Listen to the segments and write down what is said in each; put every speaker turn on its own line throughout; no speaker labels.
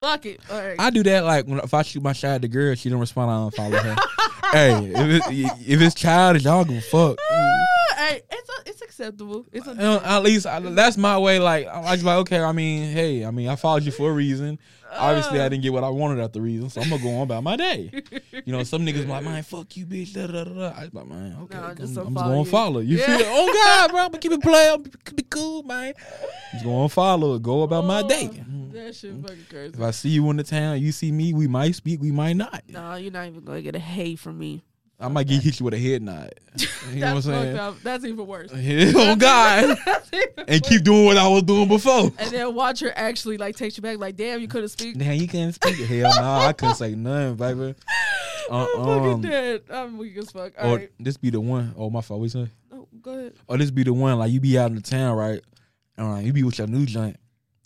Fuck it. All right.
I do that like when if I shoot my shot at the girl, she don't respond. I unfollow her. hey, if it's, if it's childish, y'all give a fuck.
Ah, hey, it's a, it's acceptable. It's
You
a,
know, at least I, that's my way. Like I was like, okay. I mean, hey, I mean, I followed you for a reason. Obviously,
Uh.
I didn't get what I wanted at the reason, so I'm gonna go on about my day. You know, some niggas be like, man, fuck you, bitch. Da, da, da, da. I was like, man, okay,
Nah,
I'm,
just unfollow
I'm just gonna
you.
follow. You
Yeah.
feel? Oh God, bro, but keep it playing. Be, be cool, man. Just gonna follow. Go about my day.
Oh,
Mm-hmm.
That shit fucking crazy.
If I see you in the town, you see me. We might speak. We might not.
No, you're not even gonna get a hey from me.
I might get hit you with a head nod. You know
That's
what I'm
fucked
saying?
up. That's even worse.
oh God,
That's even
and keep doing what I was doing before.
And then watch her actually like takes you back, like, damn, you could have speak.
Damn, you can't speak. Hell no, I couldn't say nothing, baby. Uh,
I'm
um,
fucking dead. I'm weak as fuck. All
or
right.
this be the one. Oh my fault. What you saying?
Oh, go ahead.
Or this be the one. Like you be out in the town, right? And like, you be with your new joint,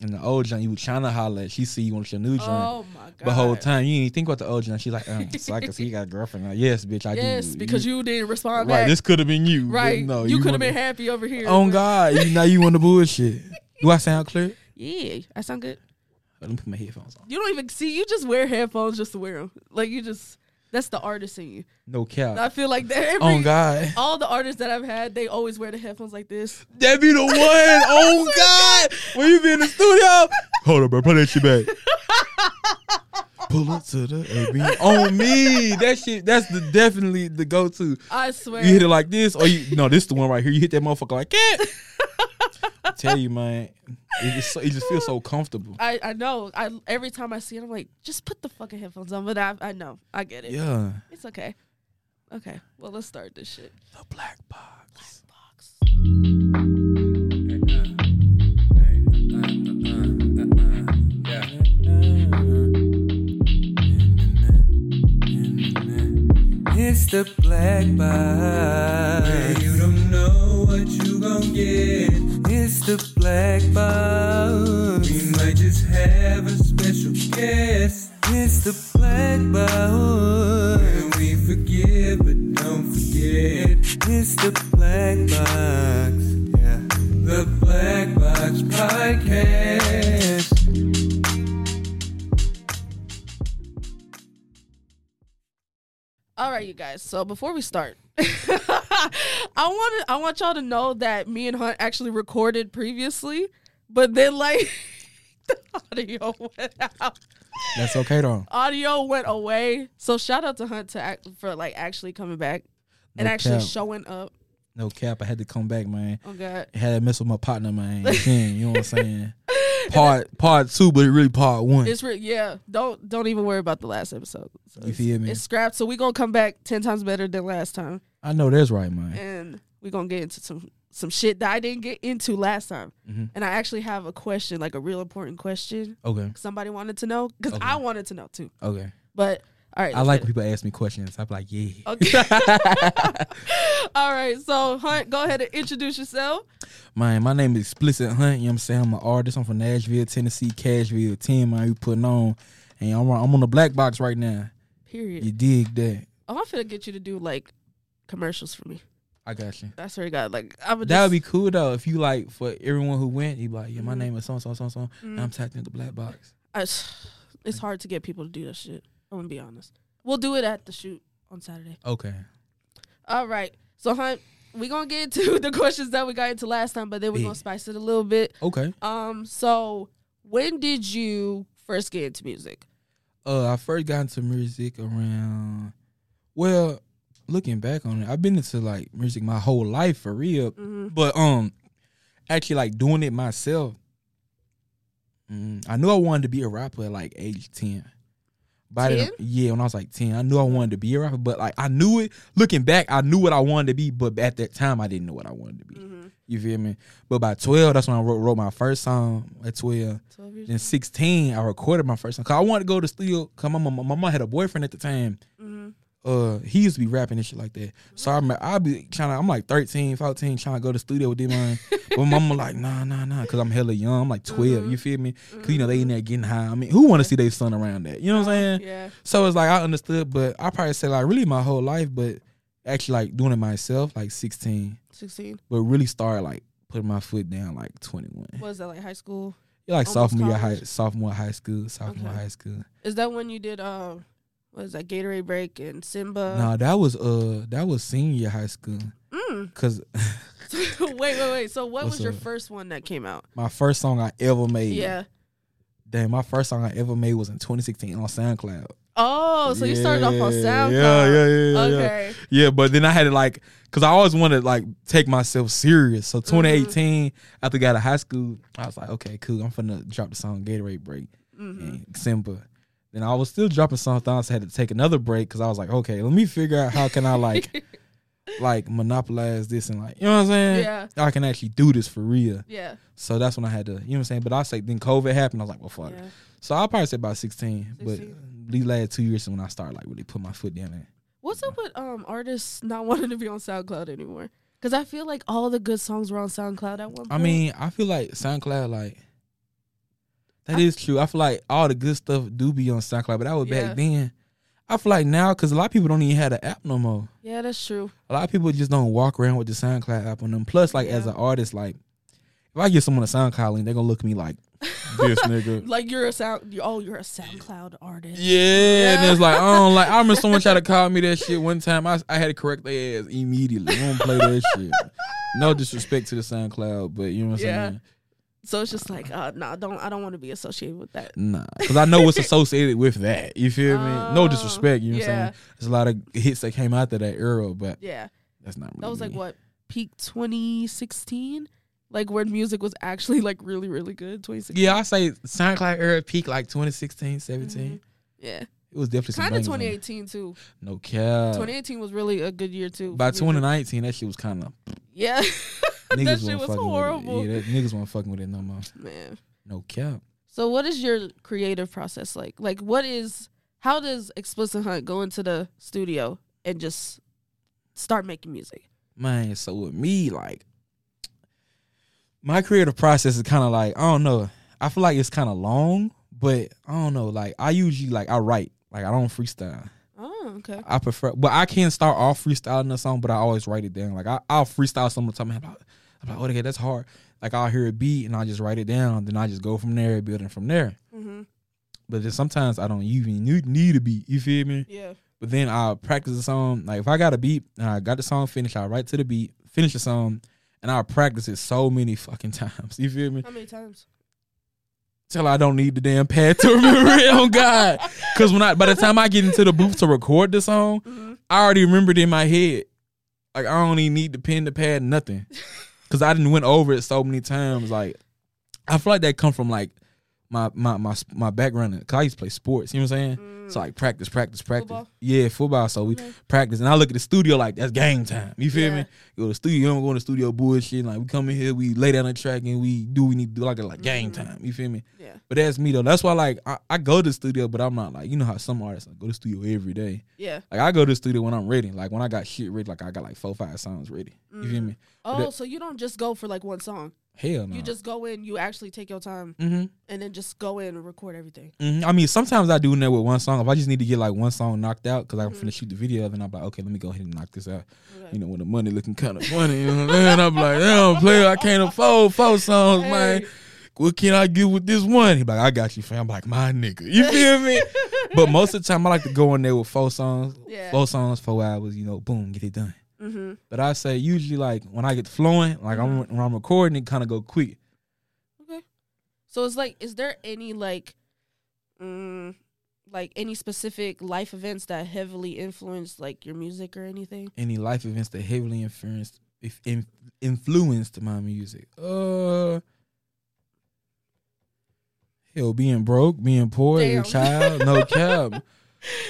and the old joint you was trying to holler. At. She see you with your new joint.
Oh my god.
The whole time you ain't think about the old joint. She's like, um, so I can see you got a girlfriend now. Yes, bitch, I do.
Yes, because you, didn't
right.
respond back.
This could have been you. but
right.
No,
you, could have
wanna-
been happy over here.
Oh
but-
God, you, now you on the bullshit. Do I sound clear?
Yeah, I sound good.
Let me put my headphones on.
You don't even see. You just wear headphones just to wear them. Like you just. That's the artist in you.
No cap.
I feel like that. Every,
Oh God,
All the artists that I've had, they always wear the headphones like this.
that be the one. Oh God, when you be in the studio, hold up, bro, play that shit back. Pull up to the AB on me. That shit. That's the definitely the go to.
I swear.
You hit it like this, or you no, this the one right here. You hit that motherfucker like that. I tell you, man, it just so, it just feels so comfortable.
I, I know. I every time I see it, I'm like, just put the fucking headphones on. But I I know. I get it.
Yeah,
It's okay. Okay. Well, let's start this shit.
the black box.
Box.
It's the black box. you don't know what you gon' get. It's the black box. We might just have a special guest. It's the black box. And we forgive but don't forget. It's the black box. Yeah. The black box podcast.
All right, you guys. So before we start, I want I want y'all to know that me and Hunt actually recorded previously, but then like the audio went out.
That's okay though.
Audio went away. So shout out to Hunt to act, for like actually coming back and
No
actually
cap.
showing up.
No cap. I had to come back, man.
Oh God.
I had to mess with my partner, man. Again, you know what I'm saying? Part part two, but really part one.
It's re- yeah. Don't don't even worry about the last episode. So
You
it's-
feel me?
It's scrapped. So we gonna come back ten times better than last time,
I know that's right, man.
and we gonna get into some some shit that I didn't get into last time.
Mhm.
And I actually have a question, like a real important question.
Okay,
Somebody wanted to know because
Okay.
I wanted to know too.
okay.
But all right,
I
let's
like
get
when people ask me questions. I'm like, yeah.
it. Okay. all right. So Hunt, go ahead and introduce yourself.
Man, my name is Explicit Hunt. You know what I'm saying? I'm an artist. I'm from Nashville, Tennessee, Cashville 10, man. You putting on. And I'm, on- I'm on the black box right now.
Period.
You dig that?
Oh, I'm finna get you to do like commercials for me.
I got you.
That's where I got like I'm
That would be cool though. If you like, for everyone who went, you be like, yeah, my name is so and so, so and so. And I'm tapped into black box.
I, it's hard to get people to do that shit. I'm gonna be honest. We'll do it at the shoot on Saturday.
Okay.
All right. So Hunt, we gonna get into the questions that we got into last time, but then we're
Yeah.
gonna spice it a little bit.
Okay.
Um, so when did you first get into music?
Uh, I first got into music around. Well, looking back on it, I've been into like music my whole life for real. But um, actually like doing it myself. mm, I knew I wanted to be a rapper at like age ten. By then,
10?
yeah, when I was like ten, I knew I wanted to be a rapper, but like I knew it. Looking back, I knew what I wanted to be, but at that time, I didn't know what I wanted to be. You feel me? But by twelve, that's when I wrote, wrote my first song. At twelve,
Twelve years.
in 16, I recorded my first song. Cause I wanted to go to studio. Cause my mom, my mom had a boyfriend at the time.
Mm-hmm.
Uh, he used to be rapping and shit like that. So I remember I be trying. I'm like 13, 14, trying to go to studio with them. man. but my mama like, nah, nah, nah. Cause I'm hella young. I'm like 12.
Mm-hmm.
You feel me? Cause you know they in there getting high. I mean, who want to see their son around that? You know what I'm saying?
Mm-hmm. Yeah.
So it's like I understood, but I probably said like really my whole life, but actually like doing it myself like 16,
Sixteen.
but really started like putting my foot down like 21.
What is that like high school?
You're like
Almost
sophomore year high,
college.
sophomore high school, sophomore
Okay.
high school.
Is that when you did um what is that Gatorade break and Simba?
no, that was uh, that was senior high school.
Mm.
Cause
wait, wait, wait. So what
What's
was your
up?
first one that came out?
my first song I ever made,
Yeah.
damn, my first song I ever made was in 2016 on SoundCloud.
Oh, so you started off on
Yeah,
SoundCloud.
Yeah, yeah, yeah, yeah.
Okay.
Yeah, but then I had to like, cause I always wanted to like take myself serious. So
Mm-hmm.
2018, after I got out of high school, I was like, okay, cool, I'm finna drop the song Gatorade Break
Mm-hmm.
and Simba. Then I was still dropping something else. I had to take another break because I was like, okay, let me figure out how can I like, like monopolize this and like, you know what I'm saying?
Yeah.
I can actually do this for real.
Yeah.
So that's when I had to, you know what I'm saying? But I say then COVID happened. I was like, well, fuck.
yeah.
So I probably say about 16, but
16.
these last two years is when I started like really put my foot down. And
What's up with um artists not wanting to be on SoundCloud anymore? Because I feel like all the good songs were on SoundCloud at one point.
I mean, I feel like SoundCloud, like that is true. I feel like all the good stuff do be on SoundCloud, but that was
Yeah.
back then. I feel like now, because a lot of people don't even have the app no more.
yeah, that's true.
A lot of people just don't walk around with the SoundCloud app on them. Plus, like as
Yeah.
an artist, like if I give someone a SoundCloud link, they're gonna look at me like this nigga.
Like you're a sound, you, oh, you're a SoundCloud artist.
Yeah, and it's like I don't like. I remember someone tried to call me that shit one time. I, I had to correct their ass immediately. I don't play that shit. No disrespect to the SoundCloud, but you know what I'm
Yeah.
saying.
So it's just like, uh, nah, don't I don't want to be associated with that.
Nah, because I know what's associated with that. You feel me? No
Oh,
disrespect. You know what I'm
yeah.
saying? There's a lot of hits that came out of that era, but
Yeah,
that's not really.
that was like
me.
what peak 2016, like when music was actually like really really good. 2016.
Yeah, I say SoundCloud era peak like 2016, 17.
Mm-hmm. Yeah,
It was definitely some
kind of
bangers on there.
2018 too.
No cap.
2018 was really a good year too.
Uh, By
for music.
2019, that shit was kind of
Yeah,
niggas
that
wasn't
shit was
fucking
horrible,
With it. Yeah, that, niggas weren't fucking with it no more.
man.
No cap.
So what is your creative process like? Like what is how does Explicit Hunt go into the studio and just start making music?
Man, so with me, like, my creative process is kind of like, I don't know. I feel like it's kind of long, but I don't know. Like, I usually, like, I write. Like, I don't freestyle.
Oh, okay.
I prefer, but I can start off freestyling a song, but I always write it down. Like, I, I'll freestyle something, something about, I'm like, oh, okay, that's hard. Like, I'll hear a beat and I'll just write it down. Then I just go from there, building from there.
Mm-hmm.
But then sometimes I don't even need, need a beat. You feel me?
Yeah.
But then I practice the song. Like if I got a beat and I got the song finished, I write to the beat, finish the song, and I practice it so many fucking times. You feel me?
How many times?
Till I don't need the damn pad to remember it. Oh God! Because when I by the time I get into the booth to record the song,
Mm-hmm.
I already remembered in my head. Like I don't even need the pen, the pad, nothing. Cause I didn't went over it so many times. Like I feel like that come from like my my my my background. Cause I used to play sports. You know what I'm saying?
Mm-hmm.
So like practice, practice, practice.
Football?
Yeah, football. So we
Okay.
practice, and I look at the studio like that's game time. You feel
Yeah.
me? Go to the studio. You don't go in the studio bullshit. Like we come in here, we lay down the track, and we do what we need to do like like game
Mm-hmm.
time. You feel me?
Yeah.
But that's me though. That's why like I, I go to the studio, but I'm not like you know how some artists like, go to the studio every day.
Yeah.
Like I go to the studio when I'm ready. Like when I got shit ready, like I got like four five songs ready. You feel me?
Oh,
that-
so you don't just go for like one song.
Hell no.
You just go in, you actually take your time
hmm
and then just go in and record everything.
hmm I mean, sometimes I do that with one song. If I just need to get like one song knocked out because I'm
Mm-hmm.
finna shoot the video, then I'm like, okay, let me go ahead and knock this out.
Okay.
You know, when the money looking kind of funny, you know what I'm saying? I'm like, damn, player, I can't afford four songs, man.
Hey.
What can I get with this one? He like, I got you, fam. I'm like, my nigga, you feel me? but most of the time, I like to go in there with four songs,
Yeah.
four songs, four hours. You know, boom, get it done.
Mm-hmm.
But I say usually like when I get flowing, like I'm when I'm recording, it kind of go quick.
Okay. So it's like, is there any like, mm, like any specific life events that heavily influenced like your music or anything?
Any life events that heavily influenced if in, influenced my music? Uh, hell, being broke, being poor, as a
Damn.
child, no cap.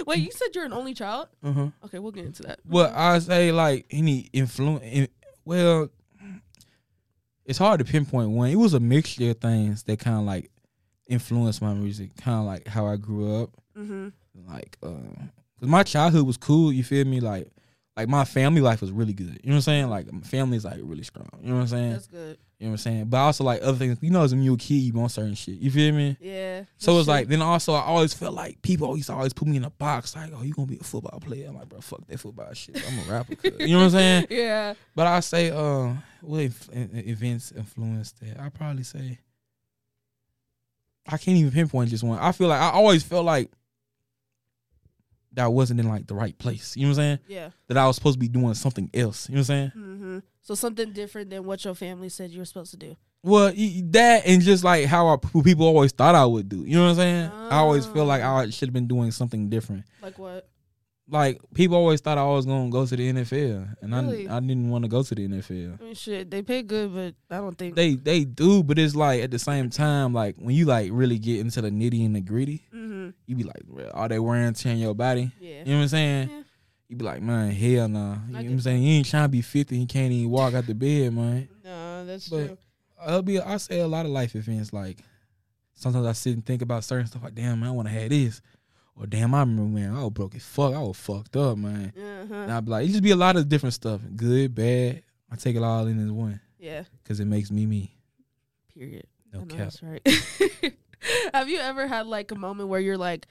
Wait, you said you're an only child.
Uh huh.
Okay, we'll get into that.
Well, I say like any influence. In, well, it's hard to pinpoint one. It was a mixture of things that kind of like influenced my music, kind of like how I grew up.
Mm-hmm.
like um 'cause my childhood was cool you feel me like like my family life was really good you know what i'm saying like my family's like really strong you know what i'm saying
That's good.
you know what i'm saying but also like other things you know as a new kid you want certain shit you feel me
Yeah.
so
that's
it's
true.
like then also I always felt like people always always put me in a box like oh you gonna be a football player I'm like bro fuck that football shit I'm a rapper cuz." you know what I'm saying
Yeah.
but I uh, say uh what inf- in- events influenced that I probably say I can't even pinpoint just one. I feel like I always felt like that I wasn't in like the right place. You know what I'm saying?
Yeah.
That I was supposed to be doing something else. You know what I'm saying?
Mm-hmm. So something different than what your family said you were supposed to do.
Well, y- y- that and just like how I, who people always thought I would do. You know what I'm saying? I always feel like I should have been doing something different.
Like what?
Like people always thought I was gonna go to the NFL, and
Really?
I I didn't want to go to the NFL.
I mean, shit. They pay good, but I don't think.
They they do, but it's like at the same time, like when you like really get into the nitty and the gritty,
mm-hmm.
you be like, "Well, are they wearing tear on your body?
Yeah.
You know what I'm saying?
Yeah.
You be like, man, hell nah. You know
I
what
get
I'm saying? You ain't trying to be 50 and can't even walk out the bed, man.
No, that's
But-
true.
I'll be, I say a lot of life events. Like, sometimes I sit and think about certain stuff, like, damn, man, I want to have this. Or damn, I remember when I was broke as fuck. I was fucked up, man. And
Uh-huh.
I'd be like, it just be a lot of different stuff. Good, bad. I take it all in as one
Yeah.
because it makes me me.
Period.
No
I know
cap.
That's right. have you ever had like a moment where you're like,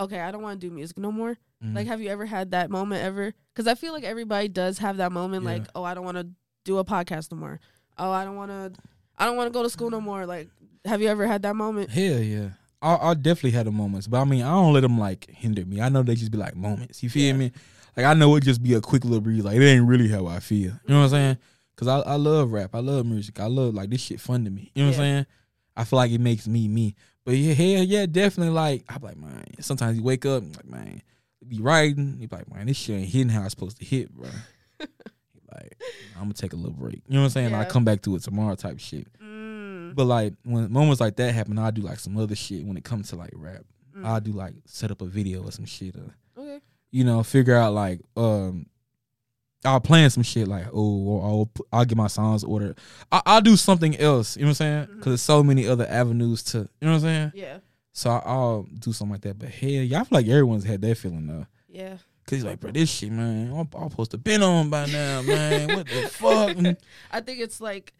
okay, I don't want to do music no more?
Mhm.
Like, have you ever had that moment ever? Because I feel like everybody does have that moment,
Yeah.
like, oh, I don't want to do a podcast no more. Oh, I don't want to, I don't want to go to school no more. Like, have you ever had that moment?
Hell yeah. I, I definitely had the moments, but I mean, I don't let them like hinder me. I know they just be like moments. You feel
Yeah.
me? Like I know it just be a quick little breeze. Like it ain't really how I feel. You know what I'm saying? Cause I, I love rap. I love music. I love like this shit fun to me. You know what I'm saying? I feel like it makes me me. But yeah, hell yeah, definitely. Like I'm like man. Sometimes you wake up, and like man, be writing. You be like man, this shit ain't hitting how it's supposed to hit, bro. like I'm gonna take a little break. You know what I'm saying? I
Yeah.
come back to it tomorrow, type shit.
Mm.
But like when moments like that happen, I do like some other shit when it comes to like rap.
Mm.
I do like set up a video or some shit or
Okay.
you know, figure out like um I'll plan some shit like oh or I'll pu- I'll get my songs ordered. I I'll do something else, you know what I'm saying?
Mm-hmm.
Cuz there's so many other avenues to, you know what I'm saying?
Yeah.
So I, I'll do something like that. But hell, yeah, I feel like everyone's had that feeling though.
Yeah.
Cause he's like, bro, this shit, man, I'm, I'm supposed to been on by now, man. What the fuck? And-
I think it's like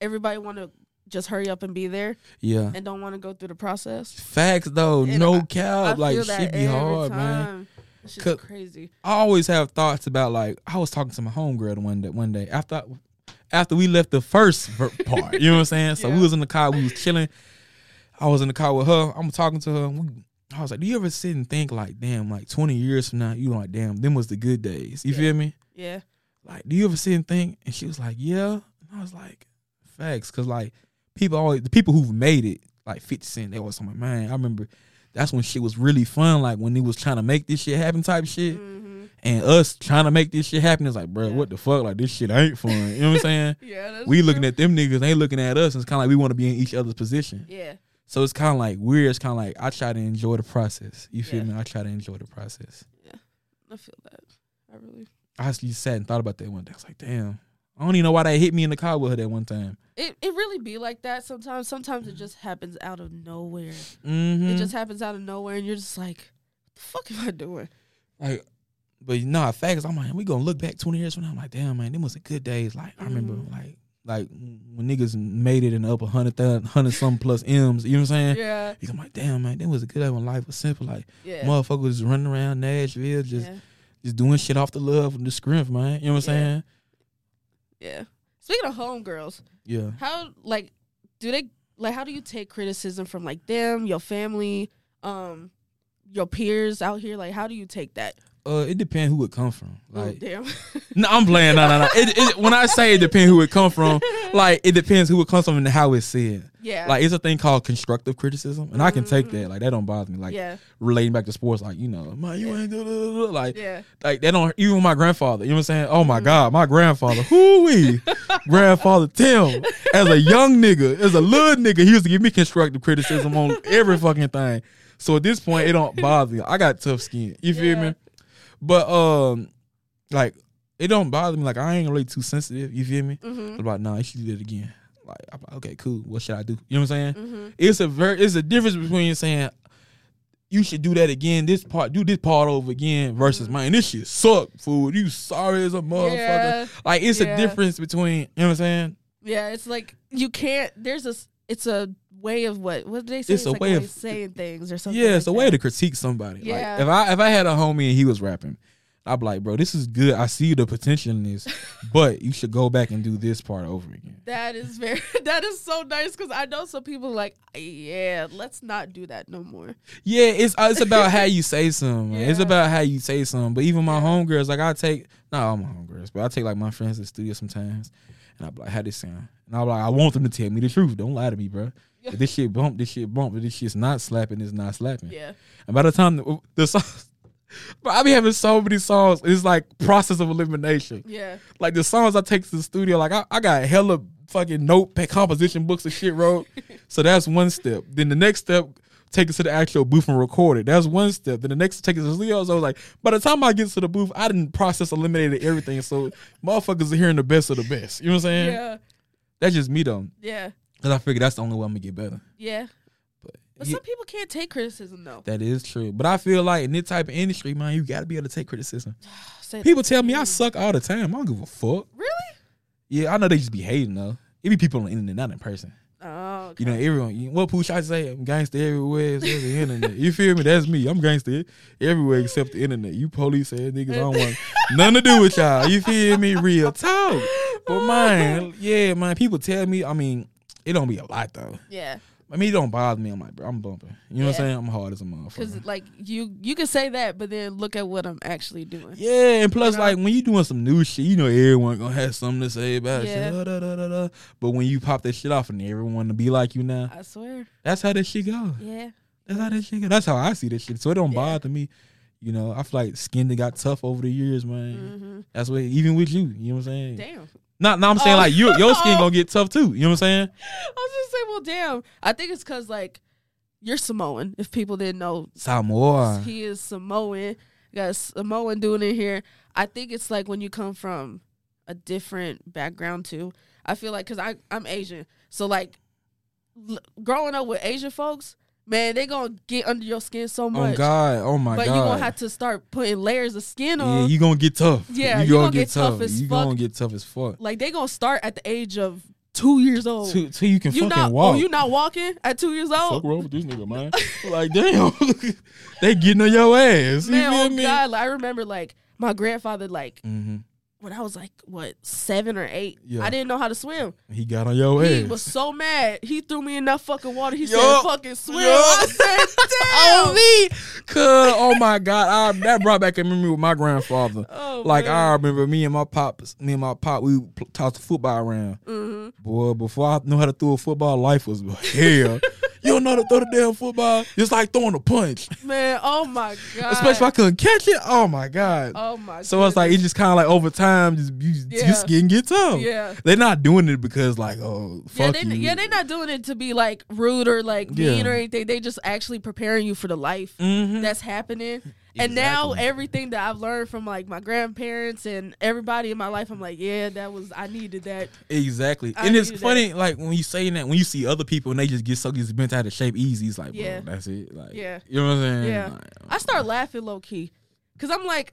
everybody want to just hurry up and be there
yeah,
and don't want to go through the process.
facts though,
And
no
I- I
cap, like
feel that
shit be
every
hard, man.
time. It's just
Cook-
crazy.
I always have thoughts about like I was talking to my homegirl one day one day after I- after we left the first ver- part. You know what I'm saying? So we
Yeah.
was in the car, we was chilling. I was in the car with her. I'm talking to her. and we- I was like, "Do you ever sit and think like, damn, like 20 years from now, you like, damn, them was the good days." You
Yeah.
feel me?
Yeah.
Like, do you ever sit and think? And she was like, "Yeah." And I was like, "Facts," because like people always the people who've made it, like 50 Cent, they was on my mind. I remember. That's when shit was really fun, like when he was trying to make this shit happen, type shit
Mm-hmm.
and us trying to make this shit happen is like, bro,
Yeah.
what the fuck? Like this shit ain't fun. You know what I'm saying?
Yeah. That's
We looking
true.
at them niggas, they looking at us. And it's kind of like we want to be in each other's position.
Yeah.
So it's kind of like weird. It's kind of like I try to enjoy the process. You feel
Yeah.
me? I try to enjoy the process.
I feel that. I really.
I actually sat and thought about that one day. I was like, damn, I don't even know why they hit me in the car with her that one time.
It it really be like that sometimes. Sometimes it just happens out of nowhere.
Mm-hmm.
It just happens out of nowhere, and you're just like, "What the fuck am I doing?"
like, but nah, facts. I'm like, we gonna look back 20 years from now. I'm like, damn, man, them was the good days. Like, I remember,
Mhm.
like, like when niggas made it and up a hundred, thou- hundred some plus M's. You know what I'm saying?
Yeah.
Because I'm like, damn, man, that was a good day when life was simple. Like,
Yeah.
motherfuckers just running around Nashville, just
yeah.
just doing shit off the love and the scrimp, man. You know what I'm
Yeah.
saying?
Yeah. Speaking of homegirls,
Yeah.
how like do they like how do you take criticism from like them, your family, um, your peers out here? Like, how do you take that?
Uh, it depends who it come from.
oh
Like,
damn.
no, I'm playing. No, no, no. It, it, when I say it depends who it come from, like it depends who it comes from and how it's said.
yeah. Mm-hmm.
Like it's a thing called constructive criticism, and I can take that. Like that don't bother me. Like
yeah.
relating back to sports, like you know, man, you ain't do do- do- like
Yeah.
like they don't even my grandfather. You know what I'm saying? Oh
Mm-hmm.
my God, my grandfather, who we grandfather Tim. As a young nigga, as a little nigga, he used to give me constructive criticism on every fucking thing. So at this point, it don't bother me. I got tough skin. You feel
Yeah.
me? But um, like it don't bother me. Like I ain't really too sensitive. You feel me?
Mm-hmm.
About nah, you should do that again. Like I'm like, okay, cool. What should I do? You know what I'm saying?
Mm-hmm.
it's a very it's a difference between saying you should do that again, this part, do this part over again, versus
Mm-hmm.
man, this shit suck, fool. You sorry as a motherfucker.
Yeah.
Like it's
Yeah.
a difference between you know what I'm saying.
Yeah, it's like you can't. There's a. s- It's a way of what? What did they say?
It's a
like
way of-
saying things or something.
Yeah, it's
like
a way
that.
to critique somebody.
Yeah.
Like if I if I had a homie and he was rapping, I'm like, bro, this is good. I see the potential in this, but you should go back and do this part over again.
That is very. That is so nice because I know some people like, yeah, let's not do that no more.
Yeah, it's uh, it's about how you say something. man. It's
Yeah.
about how you say something. But even my homegirls, like I take not all my homegirls, but I take like my friends to the studio sometimes, and I'm like, how this sound? And I'm like, I want them to tell me the truth. Don't lie to me, bro. If this shit bump, this shit bump. If this shit's not slapping, it's not slapping.
Yeah.
And by the time the, the song, but I be having so many songs. It's like process of elimination.
Yeah.
Like the songs I take to the studio, like I, I got hella fucking notepad composition books and shit wrote. so that's one step. Then the next step, take it to the actual booth and record it. That's one step. Then the next take it to the studio. So I was like, by the time I get to the booth, I didn't process eliminated everything. So motherfuckers are hearing the best of the best. You know what I'm saying?
Yeah.
That's just me though.
Yeah.
Cause I figure that's the only way I'm gonna get better.
Yeah.
But,
But
yeah,
some people can't take criticism though.
that is true. But I feel like in this type of industry, man, you gotta be able to take criticism.
Say-
People tell me I suck all the time. I don't give a fuck.
Really?
Yeah, I know they just be hating though. It be people on the internet, not in person.
Oh.
You know, everyone. You, what Pooh I say? I'm gangster everywhere except the internet. You feel me? That's me. I'm gangster everywhere except the internet. You police ass niggas. I don't want nothing to do with y'all. You feel me? Real talk.
Oh,
But man, yeah, man. People tell me. I mean, it don't be a lot though.
Yeah.
I mean, it don't bother me. I'm like, bro, I'm bumping. You know what I'm
Yeah.
saying? I'm hard as a motherfucker.
Because like you you can say that, but then look at what I'm actually doing.
Yeah, and plus,
know?
like when you doing some new shit, you know everyone gonna have something to say about
Yeah.
it. Da, da, da, da, da. But when you pop that shit off and everyone to be like you now,
I swear.
that's how that shit go.
Yeah.
That's how that shit go. That's how I see this shit. So it don't
Yeah.
bother me. You know, I feel like skin that got tough over the years, man. That's what even with you, you know what I'm saying.
Mm-hmm. Damn.
Not, no, I'm saying
Oh.
like you, your skin gonna get tough too. You know what I'm saying?
I was just say, well, damn. I think it's because like you're Samoan. If people didn't know,
Samoa.
he is Samoan. Got a Samoan dude in here. I think it's like when you come from a different background too. I feel like because I I'm Asian, so like l- growing up with Asian folks, man, they gonna get under your skin so
Oh
much.
God, oh my
but
God.
you gonna have to start putting layers of skin on.
yeah, you gonna get tough.
Yeah,
you
you
gonna,
gonna
get,
get tough
tough.
as
you
fuck.
gonna get tough as fuck.
like they gonna start at the age of two years old.
Till, till you can
you
fucking
not
walk.
oh you not oh. walking at two years
fuck
old?
wrong with this nigga, man? like, damn, they getting on your ass. You
Man,
feel
oh
me?
God, like, I remember like my grandfather like
hmm
when I was like what seven or eight,
Yeah.
I didn't know how to swim.
He got on your
He
ass.
was so mad. He threw me in that fucking water. He
Yup.
said, "Fucking swim."
Yup.
I said, "Damn."
on me, cuz oh my god, I, that brought back a memory with my grandfather.
Oh,
like
man.
I remember me and my pops, me and my pop, we pl- tossed the football around.
Mm-hmm.
Boy, before I knew how to throw a football, life was hell. you don't know how to throw the damn football. It's like throwing a punch,
man, oh my god.
especially if I couldn't catch it. Oh my god.
oh my.
So it's like
goodness.
it's just kind of like over time, just you,
Yeah.
your skin get tough.
Yeah.
they're not doing it because like oh
yeah,
fuck
they,
you.
yeah, they're not doing it to be like rude or like
Yeah.
mean or anything. They just actually preparing you for the life
Mhm.
that's happening. And now
Exactly.
everything that I've learned from like my grandparents and everybody in my life, I'm like, yeah, that was I needed that.
exactly.
I
and it's
knew that.
funny like when you say that when you see other people and they just get so just bent out of shape easy. It's like
Yeah.
bro, that's it. Like
Yeah.
you know what I'm saying.
Yeah.
Like,
I start laughing low key because I'm like,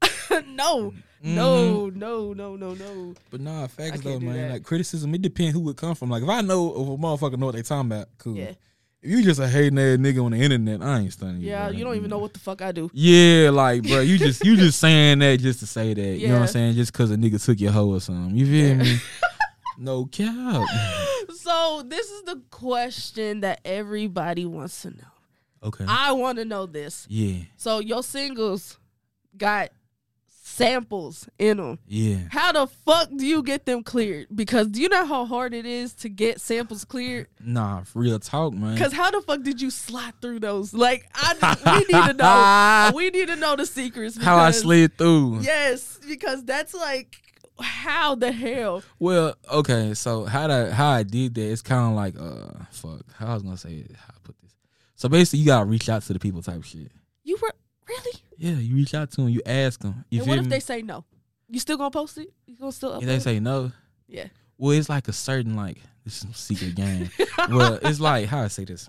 no,
Mm-hmm.
no, no, no, no, no.
but nah, facts
can't
though,
do
man.
that.
Like criticism, it depends who it come from. Like if I know if a motherfucker know what they talking about, cool.
Yeah.
If you just a hating ass nigga on the internet, I ain't stunning you.
Yeah,
bro.
you don't even know what the fuck I do.
Yeah, like bro, you just you just saying that just to say that. You know what
Yeah.
I'm saying? Just cause a nigga took your hoe or something. You feel me? No cap.
So this is the question that everybody wants to know.
Okay.
I want to know this.
yeah.
So your singles got samples in them.
Yeah.
How the fuck do you get them cleared? Because do you know how hard it is to get samples cleared?
Nah, real talk, man.
Because how the fuck did you slide through those? Like, I we need to know. We need to know the secrets.
How I
because-
slid through.
Yes, because that's like how the hell.
Well, okay, so how that how I did that, it's kinda like uh fuck. How I was gonna say it, how I put this. So basically you gotta reach out to the people type shit.
You were really?
Yeah, you reach out to them, you ask them. You
and
feel
what if
me?
they say no? You still gonna post it? You gonna still upload?
If they
it?
say no,
yeah.
Well, it's like a certain like this is some secret game. well, it's like how I say this.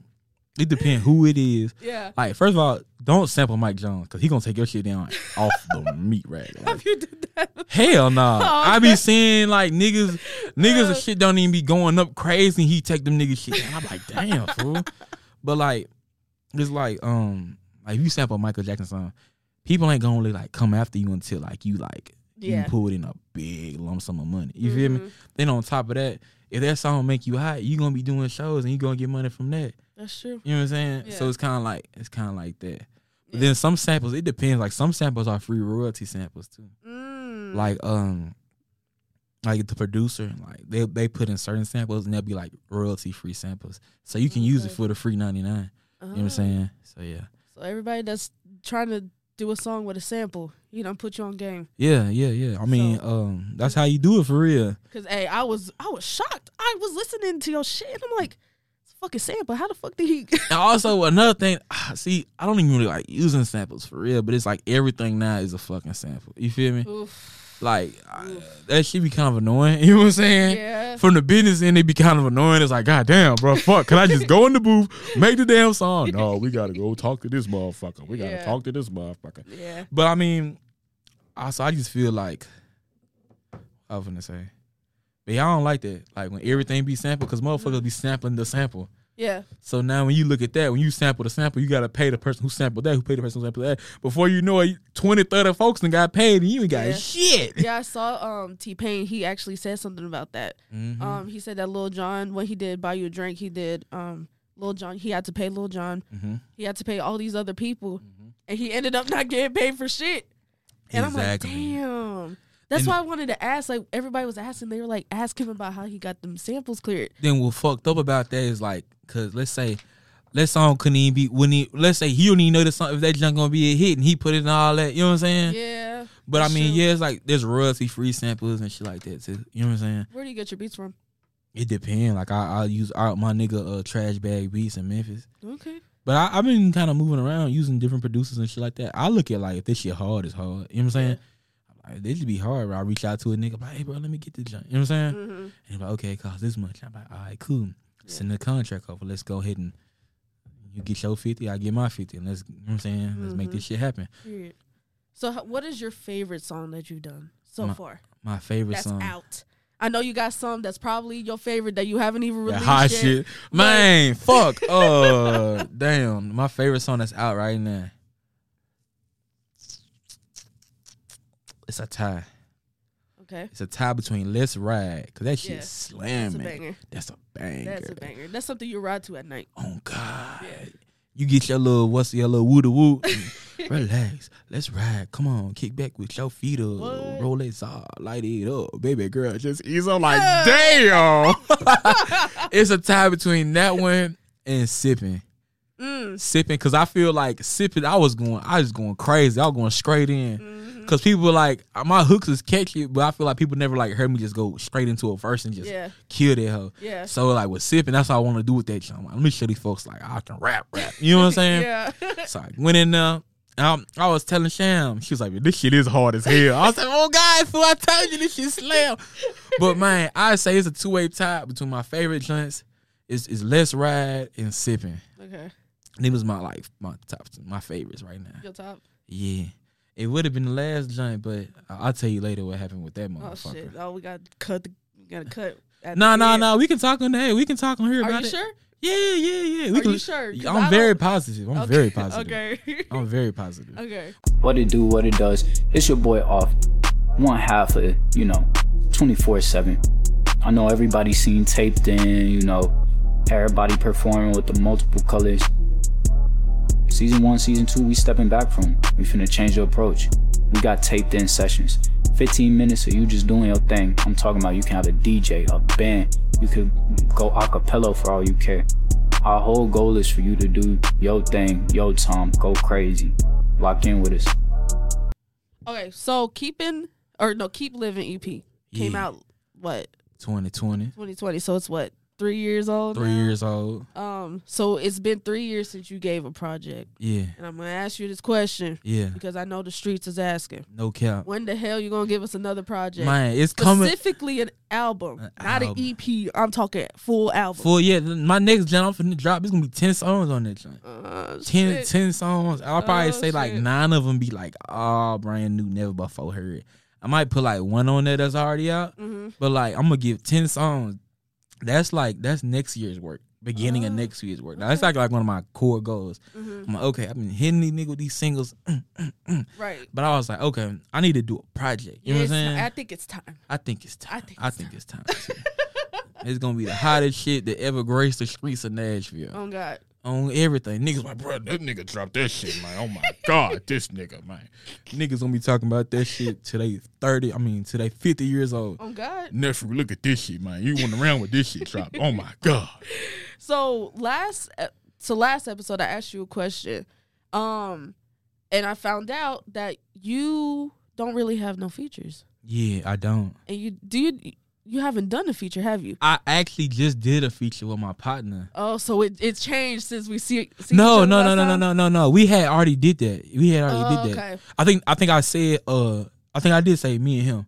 It depends who it is.
Yeah.
Like first of all, don't sample Mike Jones because he gonna take your shit down off the meat rack. Like,
If you did that,
hell nah.
Oh,
I be
okay.
seeing like niggas, niggas
Uh.
and shit don't even be going up crazy. And he take them niggas shit. down. I'm like, damn fool. But like, it's like um, like if you sample Michael Jackson song, people ain't gonna really like come after you until like you like
Yeah. Mm-hmm.
you pulled in a big lump sum of money. You feel me? Then on top of that, if that song make you hot, you gonna be doing shows and you gonna get money from that.
That's true.
You know what I'm saying? So
Yeah.
it's kind of like it's kind of like that. But then some samples, it depends. Like some samples are free royalty samples too.
Mm.
Like um, like the producer, like they they put in certain samples and they'll be like royalty free samples, so you can use it
Okay.
for the free ninety nine. You know what I'm
Oh.
saying? So yeah,
So everybody that's trying to do a song with a sample, you know, put you on game.
yeah, yeah, yeah. I mean,
So-
um, that's how you do it for real.
Cause hey, I was I was shocked. I was listening to your shit and I'm like, it's a fucking sample. How the fuck did he?
And also another thing, ah, see, I don't even really like using samples for real, but it's like everything now is a fucking sample. You feel me?
Oof.
Like I, that should be kind of annoying. You know what I'm saying?
Yeah.
From the business end, it be kind of annoying. It's like, God damn, bro, fuck. Can I just go in the booth, make the damn song? No, we gotta go talk to this motherfucker. We gotta
Yeah.
talk to this motherfucker.
Yeah.
But I mean, also I just feel like I was gonna say, but y'all don't like that. Like when everything be sampled, because motherfuckers be sampling the sample.
Yeah.
So now when you look at that, when you sample the sample, you gotta pay the person who sampled that, who paid the person who sampled that. Before you know it, 20, 30 folks and got paid and you ain't got
Yeah.
shit.
Yeah, I saw um T Pain, he actually said something about that.
Mhm.
Um he said that Lil John, when he did buy you a drink, he did um Lil John he had to pay Lil John.
Mhm.
He had to pay all these other people.
Mm-hmm.
And he ended up not getting paid for shit. And I'm like, damn. That's
And-
why I wanted to ask. Like everybody was asking, they were like, ask him about how he got them samples cleared.
Then what fucked up about that is like, cause let's say that song couldn't even be wouldn't even- let's say he don't even know that song if that junk gonna be a hit and he put it in all that, you know what I'm saying?
Yeah.
but I
that's
mean,
true.
yeah, it's like there's royalty free samples and shit like that too. You know what I'm saying?
Where do you get your beats from?
It depends. Like I I use I, my nigga uh, trash bag beats in Memphis.
Okay.
But I, I've been kind of moving around using different producers and shit like that. I look at like if this shit hard, it's hard. You know what I'm saying? I'm Like, this should be hard. Bro. I reach out to a nigga, like, hey bro, let me get this junk. You know what I'm saying?
Mm-hmm.
And he's like, okay, it costs this much. I'm like, all right, cool. Send the contract over. Let's go ahead and you get your fifty, I get my fifty, and let's you know what I'm saying, let's make this shit happen.
Period. So, how, what is your favorite song that you've done so
My
far?
My favorite
That's
song,
out. I know you got some that's probably your favorite that you haven't even
yeah,
released
hot
yet.
shit, man, fuck, uh, damn. My favorite song that's out right now. It's a tie.
Okay.
It's a tie between Let's Ride because that shit
Yeah.
is
That's a
slamming.
banger.
That's a banger.
That's a banger. That's something you ride to at night.
Oh God, you get your little what's your little woo to woo. Relax, let's ride. Come on, kick back with your feet up,
What?
roll it up, light it up, baby girl. Just ease. I'm like, damn. it's a tie between that one and sipping,
Mm.
sipping. Cause I feel like sipping. I was going, I was going crazy. I was going straight in.
Mm-hmm.
Cause people were like uh, my hooks is catchy, but I feel like people never like heard me just go straight into a verse and just
Yeah.
kill that hoe.
Yeah.
So like with sipping, that's what I want to do with that shit. I'm like, let me show these folks like I can rap, rap. You know what I'm saying?
Yeah.
So I went in there. Um, I was telling Sham, she was like, "This shit is hard as hell." I was like, "Oh God, fool! I told you this shit slam." But man, I say it's a two way tie between my favorite joints. Is is Let's Ride and Sipping.
okay.
Them was my like my top my favorites right now.
Your top.
Yeah. It would have been the last joint, but I- I'll tell you later what happened with that
Oh
motherfucker.
shit. Oh, we got to cut. The, we got to cut. at
No,
the
no,
end.
no. We can talk on that. We can talk on here
Are
about
you
it.
sure?
Yeah, yeah, yeah. We
Are
can,
you sure? 'Cause I
I'm
don't-
very positive. I'm very positive. Oh.
Okay.
I'm very positive.
okay.
what it do, what it does. It's your boy off. One half of, you know, 24 7. I know everybody seen taped in, you know, everybody performing with the multiple colors. Season one, season two, we stepping back from. We finna change the approach. We got taped in sessions. 15 minutes of you just doing your thing. I'm talking about you can have a DJ, a band. You could go a cappella for all you care. Our whole goal is for you to do your thing, your time, go crazy. Lock in with us.
Okay. So keeping or no, keep living EP came
Yeah.
out what
2020,
2020. So it's what three years old.
three
now?
years old.
Um. So it's been three years since you gave a project,
Yeah,
and I'm gonna ask you this question
yeah.
because I know the streets is asking.
No cap.
When the hell you gonna give us another project?
Man, it's coming.
Specifically, an album,
An
not
album.
an EP. I'm talking full album.
Full yeah. My next joint I'm finna drop. It's gonna be ten songs on that joint.
Uh,
10,
shit.
10 songs. I'll probably
Oh,
say like
shit.
nine of them be like all brand new, never before heard. I might put like one on there that's already out, but like I'm gonna give ten songs. That's like that's next year's work. beginning of next year's work. Now that's like like one of my core goals. I'm like, okay, I've been hitting these niggas with these singles,
Right.
but I was like, okay, I need to do a project. You know what I'm
It's-
saying?
I think it's time.
I think it's time. I think
think it's
it's, time. too. it's gonna be the hottest shit that ever graced the streets of Nashville
Oh God.
on everything. Niggas like, bro, that nigga dropped that shit, man. Oh my god, this nigga, man. Niggas gonna be talking about that shit till they thirty. I mean, till they fifty years old.
Oh God.
Nephew, look at this shit, man. You went around with this shit dropped. Oh my god.
So last e- so last episode I asked you a question. Um and I found out that you don't really have no features.
Yeah, I don't.
And you do you you haven't done a feature, have you?
I actually just did a feature with my partner.
Oh, so it it's changed since we see. see each
No,
other
no, no,
last
no, no,
time?
no, no, no. We had already did that. We had already
Oh,
did that.
okay.
I think I think I said uh I think I did say me and him.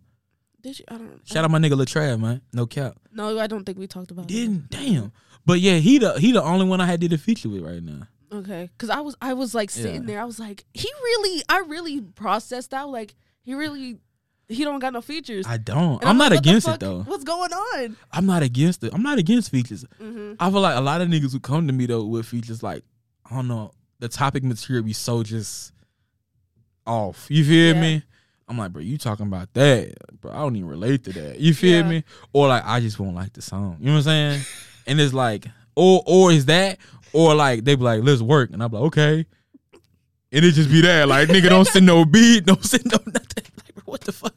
Did you? I don't.
Shout out my nigga Latrell, man. No cap.
No, I don't think we talked about. it.
Didn't damn. But yeah, he the he the only one I had did a feature with right now.
Okay, because I was I was like sitting
Yeah.
there. I was like, he really, I really processed out. Like he really, he don't got no features.
I don't.
And
I'm
like,
not
what the
against it
fuck-
though.
What's going on?
I'm not against it. I'm not against features.
Mm-hmm.
I feel like a lot of niggas who come to me though with features like I don't know the topic material be so just off. You feel
Yeah.
me? I'm like, bro, you talking about that, bro? I don't even relate to that. You feel
Yeah.
me? Or like, I just won't like the song. You know what I'm saying? and it's like, or or is that, or like they be like, let's work, and I'm like, okay. And it just be that, like nigga, don't send no beat, don't send no nothing. Like, bro, what the fuck?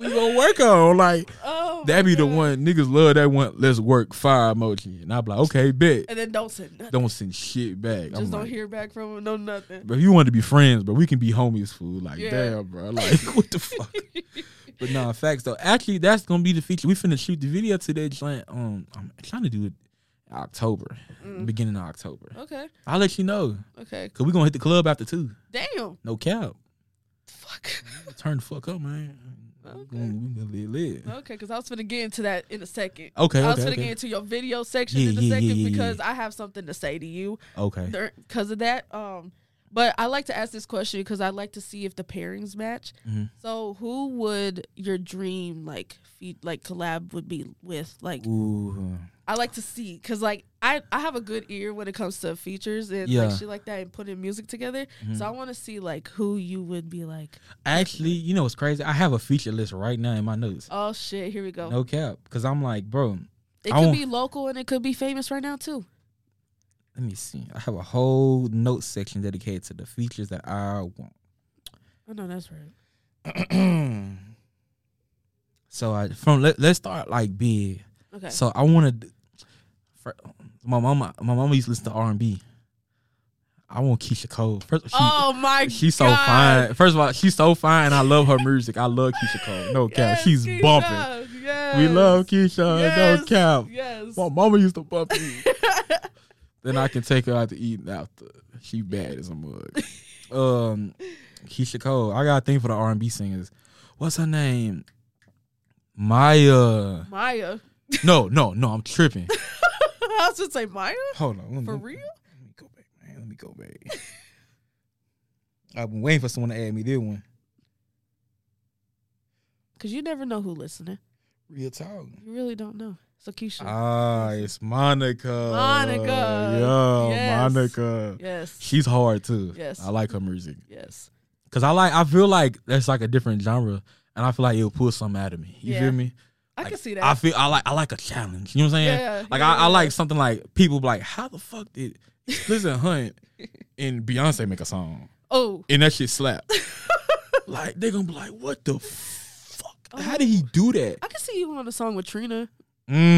We gonna work on like
Oh,
that be the
God.
one niggas love that one. Let's work fire emoji, and I be like, okay, bet.
And then don't send nothing.
Don't send shit back. I'm
Just don't
like,
hear back from him. No nothing.
But if you want to be friends, but we can be homies, fool. Like,
Yeah.
damn, bro. Like, what the fuck? But nah, facts though. Actually, that's gonna be the feature. We finna shoot the video today, Joint. Um, I'm trying to do it October,
Mm.
beginning of October.
Okay.
I'll let you know,
Okay.
cause we gonna hit the club after two.
Damn.
No cap.
Fuck.
Turn the fuck up, man. We
Okay.
gonna, we gonna live, live.
Okay, because I was gonna get into that in a second.
Okay,
I was
okay,
gonna
okay.
get into your video section
Yeah,
in a
yeah, yeah,
second
yeah, yeah.
because I have something to say to you.
Okay.
because of that. Um, but I like to ask this question because I like to see if the pairings match.
Mhm.
So, who would your dream like feed like collab would be with? Like,
Ooh. uh,
I like to see because like I I have a good ear when it comes to features and
Yeah.
like shit like that and putting music together.
mm-hmm.
So I want to see like who you would be like.
Actually, you know what's crazy? I have a feature list right now in my notes.
Oh shit, here we go.
No cap, because I'm like, bro.
It
I
could
want-
be local and it could be famous right now too.
Let me see. I have a whole note section dedicated to the features that I want.
I know Oh, that's right.
so I from let, let's start like big.
Okay.
So I want to. My mama, my mama used to listen to R and B. I want Keisha Cole. First, she,
oh my.
she's so
God.
fine. First of all, she's so fine. I love her music. I love Keisha Cole. No cap,
Yes,
she's
Keisha.
bumping.
Yes.
We love Keisha.
Yes.
No cap.
Yes.
My mama used to bump me. then I can take her out to eat and after. She bad as a mug. Um, Keisha Cole. I got a thing for the R and B singers. What's her name? Maya.
Maya.
No, no, no. I'm tripping.
I was just say Maya
Hold on. Let me,
for real.
Let me go back, man. Let me go back. I've been waiting for someone to add me this one.
Cause you never know who listening.
Real talk.
You really don't know. So Keisha.
Ah, it's Monica.
Monica.
Yeah,
Yes.
Monica.
yes.
She's hard too.
Yes.
I like her music.
Yes.
Cause I like, I feel like that's like a different genre, and I feel like it'll pull something out of me. You
Yeah.
feel me?
I
Like,
can see that.
I feel I like I like a challenge. You know what I'm saying?
Yeah,
like
yeah,
I, I
yeah.
like something like people be like, how the fuck did Listen Hunt and Beyonce make a song
oh.
and that shit slap? like they gonna be like, what the fuck? How did he do that?
Oh I can see you on a song with Trina.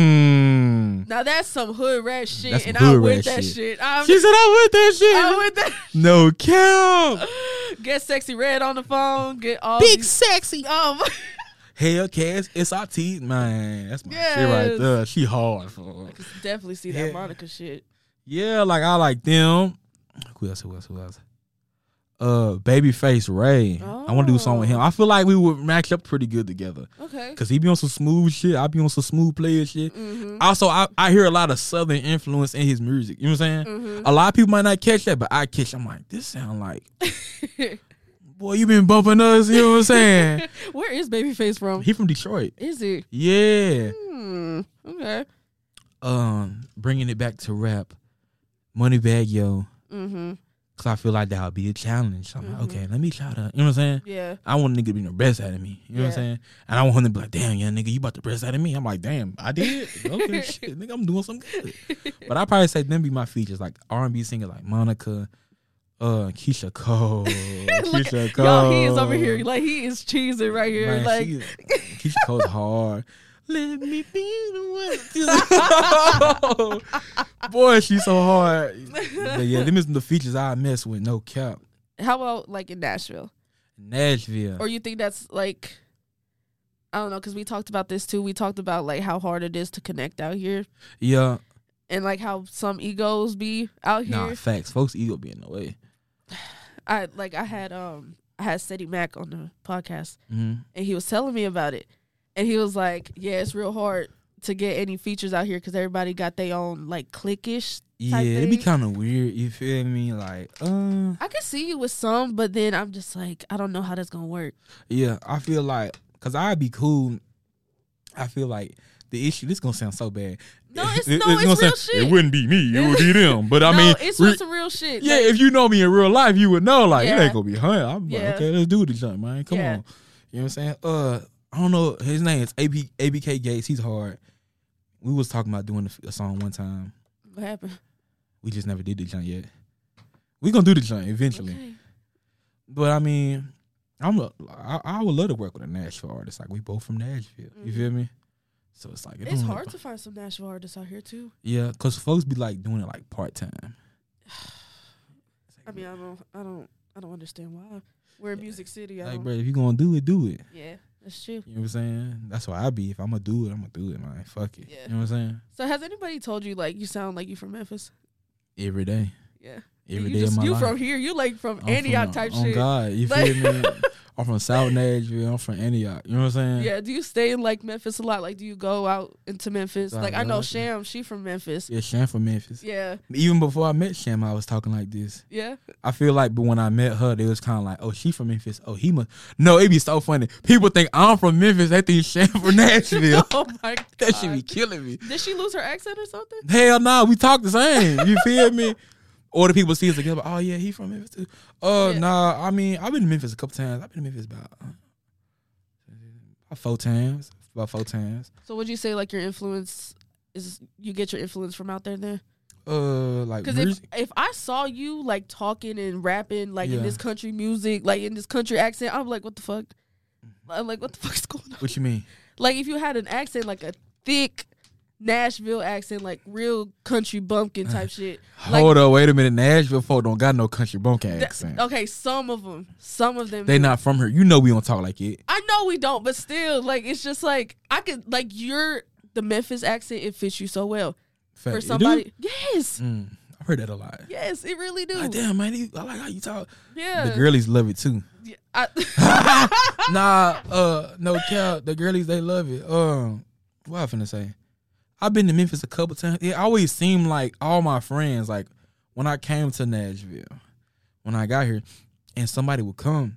Mmm.
Now that's some hood rat shit,
That's
and
some
I
hood
with
rat
that
shit.
shit. I'm,
She said I with that shit.
I'm with that.
no cap.
Get sexy red on the phone. Get all
Big
these-
sexy.
Um.
Hellcats, SRT, man. That's my shit right
Yes.
there. She hard. fool.
I can definitely see
Yeah.
that Monica shit.
Yeah, like I like them. Who else? Who else? Who else? Uh, Babyface Ray. I want to do a song with him. I feel like we would match up pretty good together.
Okay.
Cause he be on some smooth shit. I be on some smooth player shit. Also, I, I hear a lot of southern influence in his music. You know what I'm saying? A lot of people might not catch that, but I catch. I'm like, this sound like, boy, you been bumping us. You know what I'm saying?
Where is Babyface from?
he from Detroit.
Is he?
Yeah.
Hmm. Okay.
um bringing it back to rap, Money Bag Yo,
Mm-hmm.
because I feel like that would be a challenge. I'm like, okay, let me try to. You know what I'm saying?
Yeah.
I want a nigga to be the best out of me. You know what I'm
Yeah.
saying? And I want him to be like, damn, young nigga, you about the best out of me. I'm like, damn, I did. Okay, shit, nigga, I'm doing something good. But I probably say them be my features, like R and B singers like Monica, uh, Keisha Cole,
Look,
Keisha Cole.
y'all, he is over here. Like he is cheesing right here.
Man,
like
she, Keisha Cole's hard. Let me be the one. Boy, she's so hard. But yeah, them is the features I mess with. No cap.
how about like in Nashville?
Nashville.
Or you think that's like I don't know, because we talked about this too. We talked about like how hard it is to connect out here
yeah.
and like how some egos be out here.
Nah, facts. Folks' ego be in the way.
I like I had um I had Seti Mac on the podcast
Mhm.
and he was telling me about it. And he was like, Yeah, it's real hard to get any features out here because everybody got their own like cliquish.
Yeah,
type
it be
thing.
kind of weird. You feel me? Like, uh,
I could see you with some, but then I'm just like, I don't know how that's gonna work.
yeah. I feel like, cause I'd be cool. I feel like the issue. This gonna sound so bad.
No, it's-
It-
no, it's
gonna
real shit.
It wouldn't be me. It would be them. But I
no,
mean,
it's
re-
just some real shit.
Yeah,
Like,
if you know me in real life, you would know. Like, it
Yeah.
ain't gonna be hun. I'm
Yeah.
like, okay, let's do this jump, man. Come
Yeah.
on. You know what I'm saying? Uh, I don't know. His name is AB, ABK Gates. He's hard. We was talking about doing a song one time.
what happened?
We just never did the joint yet. We gonna do the joint eventually.
Okay.
But I mean, I'm a, I, I would love to work with a Nashville artist. Like we both from Nashville. You feel me? So it's like it
Mm. It's
don't-
hard to find some Nashville artists out here too.
Yeah, cause folks be like doing it like part time.
I mean, I don't, I don't, I don't understand why. We're in Music City. I
Like,
don't-
bro, if you gonna do it, do it.
yeah, that's true.
You know what I'm saying? That's what I be. If I'm gonna do it, I'm gonna do it, man. Fuck it.
Yeah.
You know what I'm saying?
So has anybody told you like you sound like you from Memphis?
Every day,
Yeah,
every day
you just
of my
you
life.
from here. You like from
I'm
Antioch
from,
type
on
shit.
God, you
Like-
feel me? I'm from South Nashville. I'm from Antioch. You know what I'm saying?
Yeah. Do you stay in like Memphis a lot? Like, do you go out into Memphis?
Nah,
like, I know
nah.
Sham. She from Memphis.
Yeah, Sham from Memphis.
Yeah.
Even before I met Sham, I was talking like this.
Yeah.
I feel like, but when I met her, they was kind of like, "Oh, she from Memphis. Oh, he must." No, it'd be so funny. People think I'm from Memphis. They think Sham from Nashville.
oh my god.
that should be killing me.
Did she lose her accent or something?
Hell no, we talk the same. You feel me? Or the people see us together. Oh yeah, he from Memphis too. Uh,
Yeah.
nah. I mean, I've been to Memphis a couple times. I've been to Memphis about, uh, about four times. About four times.
So would you say like your influence is you get your influence from out there then?
Uh, like
Because if
Rizzy-
if I saw you like talking and rapping like
Yeah.
in this country music, like in this country accent, I'm like, what the fuck?
Mm-hmm.
I'm like, what the fuck's going on?
what you mean?
Like if you had an accent like a thick Nashville accent, like real country bumpkin type shit. Like, oh,
Hold up, wait a minute. Nashville folk don't got no country bunk
that-
accent.
okay, some of them, some of them.
They
do.
not from here. You know we don't talk like it.
I know we don't, but still, like it's just like I could like your the Memphis accent. It fits you so well
Fact,
for
it do?
somebody. Yes,
Mm, I've heard that a lot.
yes, it really do.
Like, damn, man, you- I like how you talk.
Yeah.
The girlies love it too.
Yeah, I,
nah, uh, no cap. The girlies they love it. Um, what I finna say? I've been to Memphis a couple times. It always seemed like all my friends, like when I came to Nashville, when I got here, and somebody would come,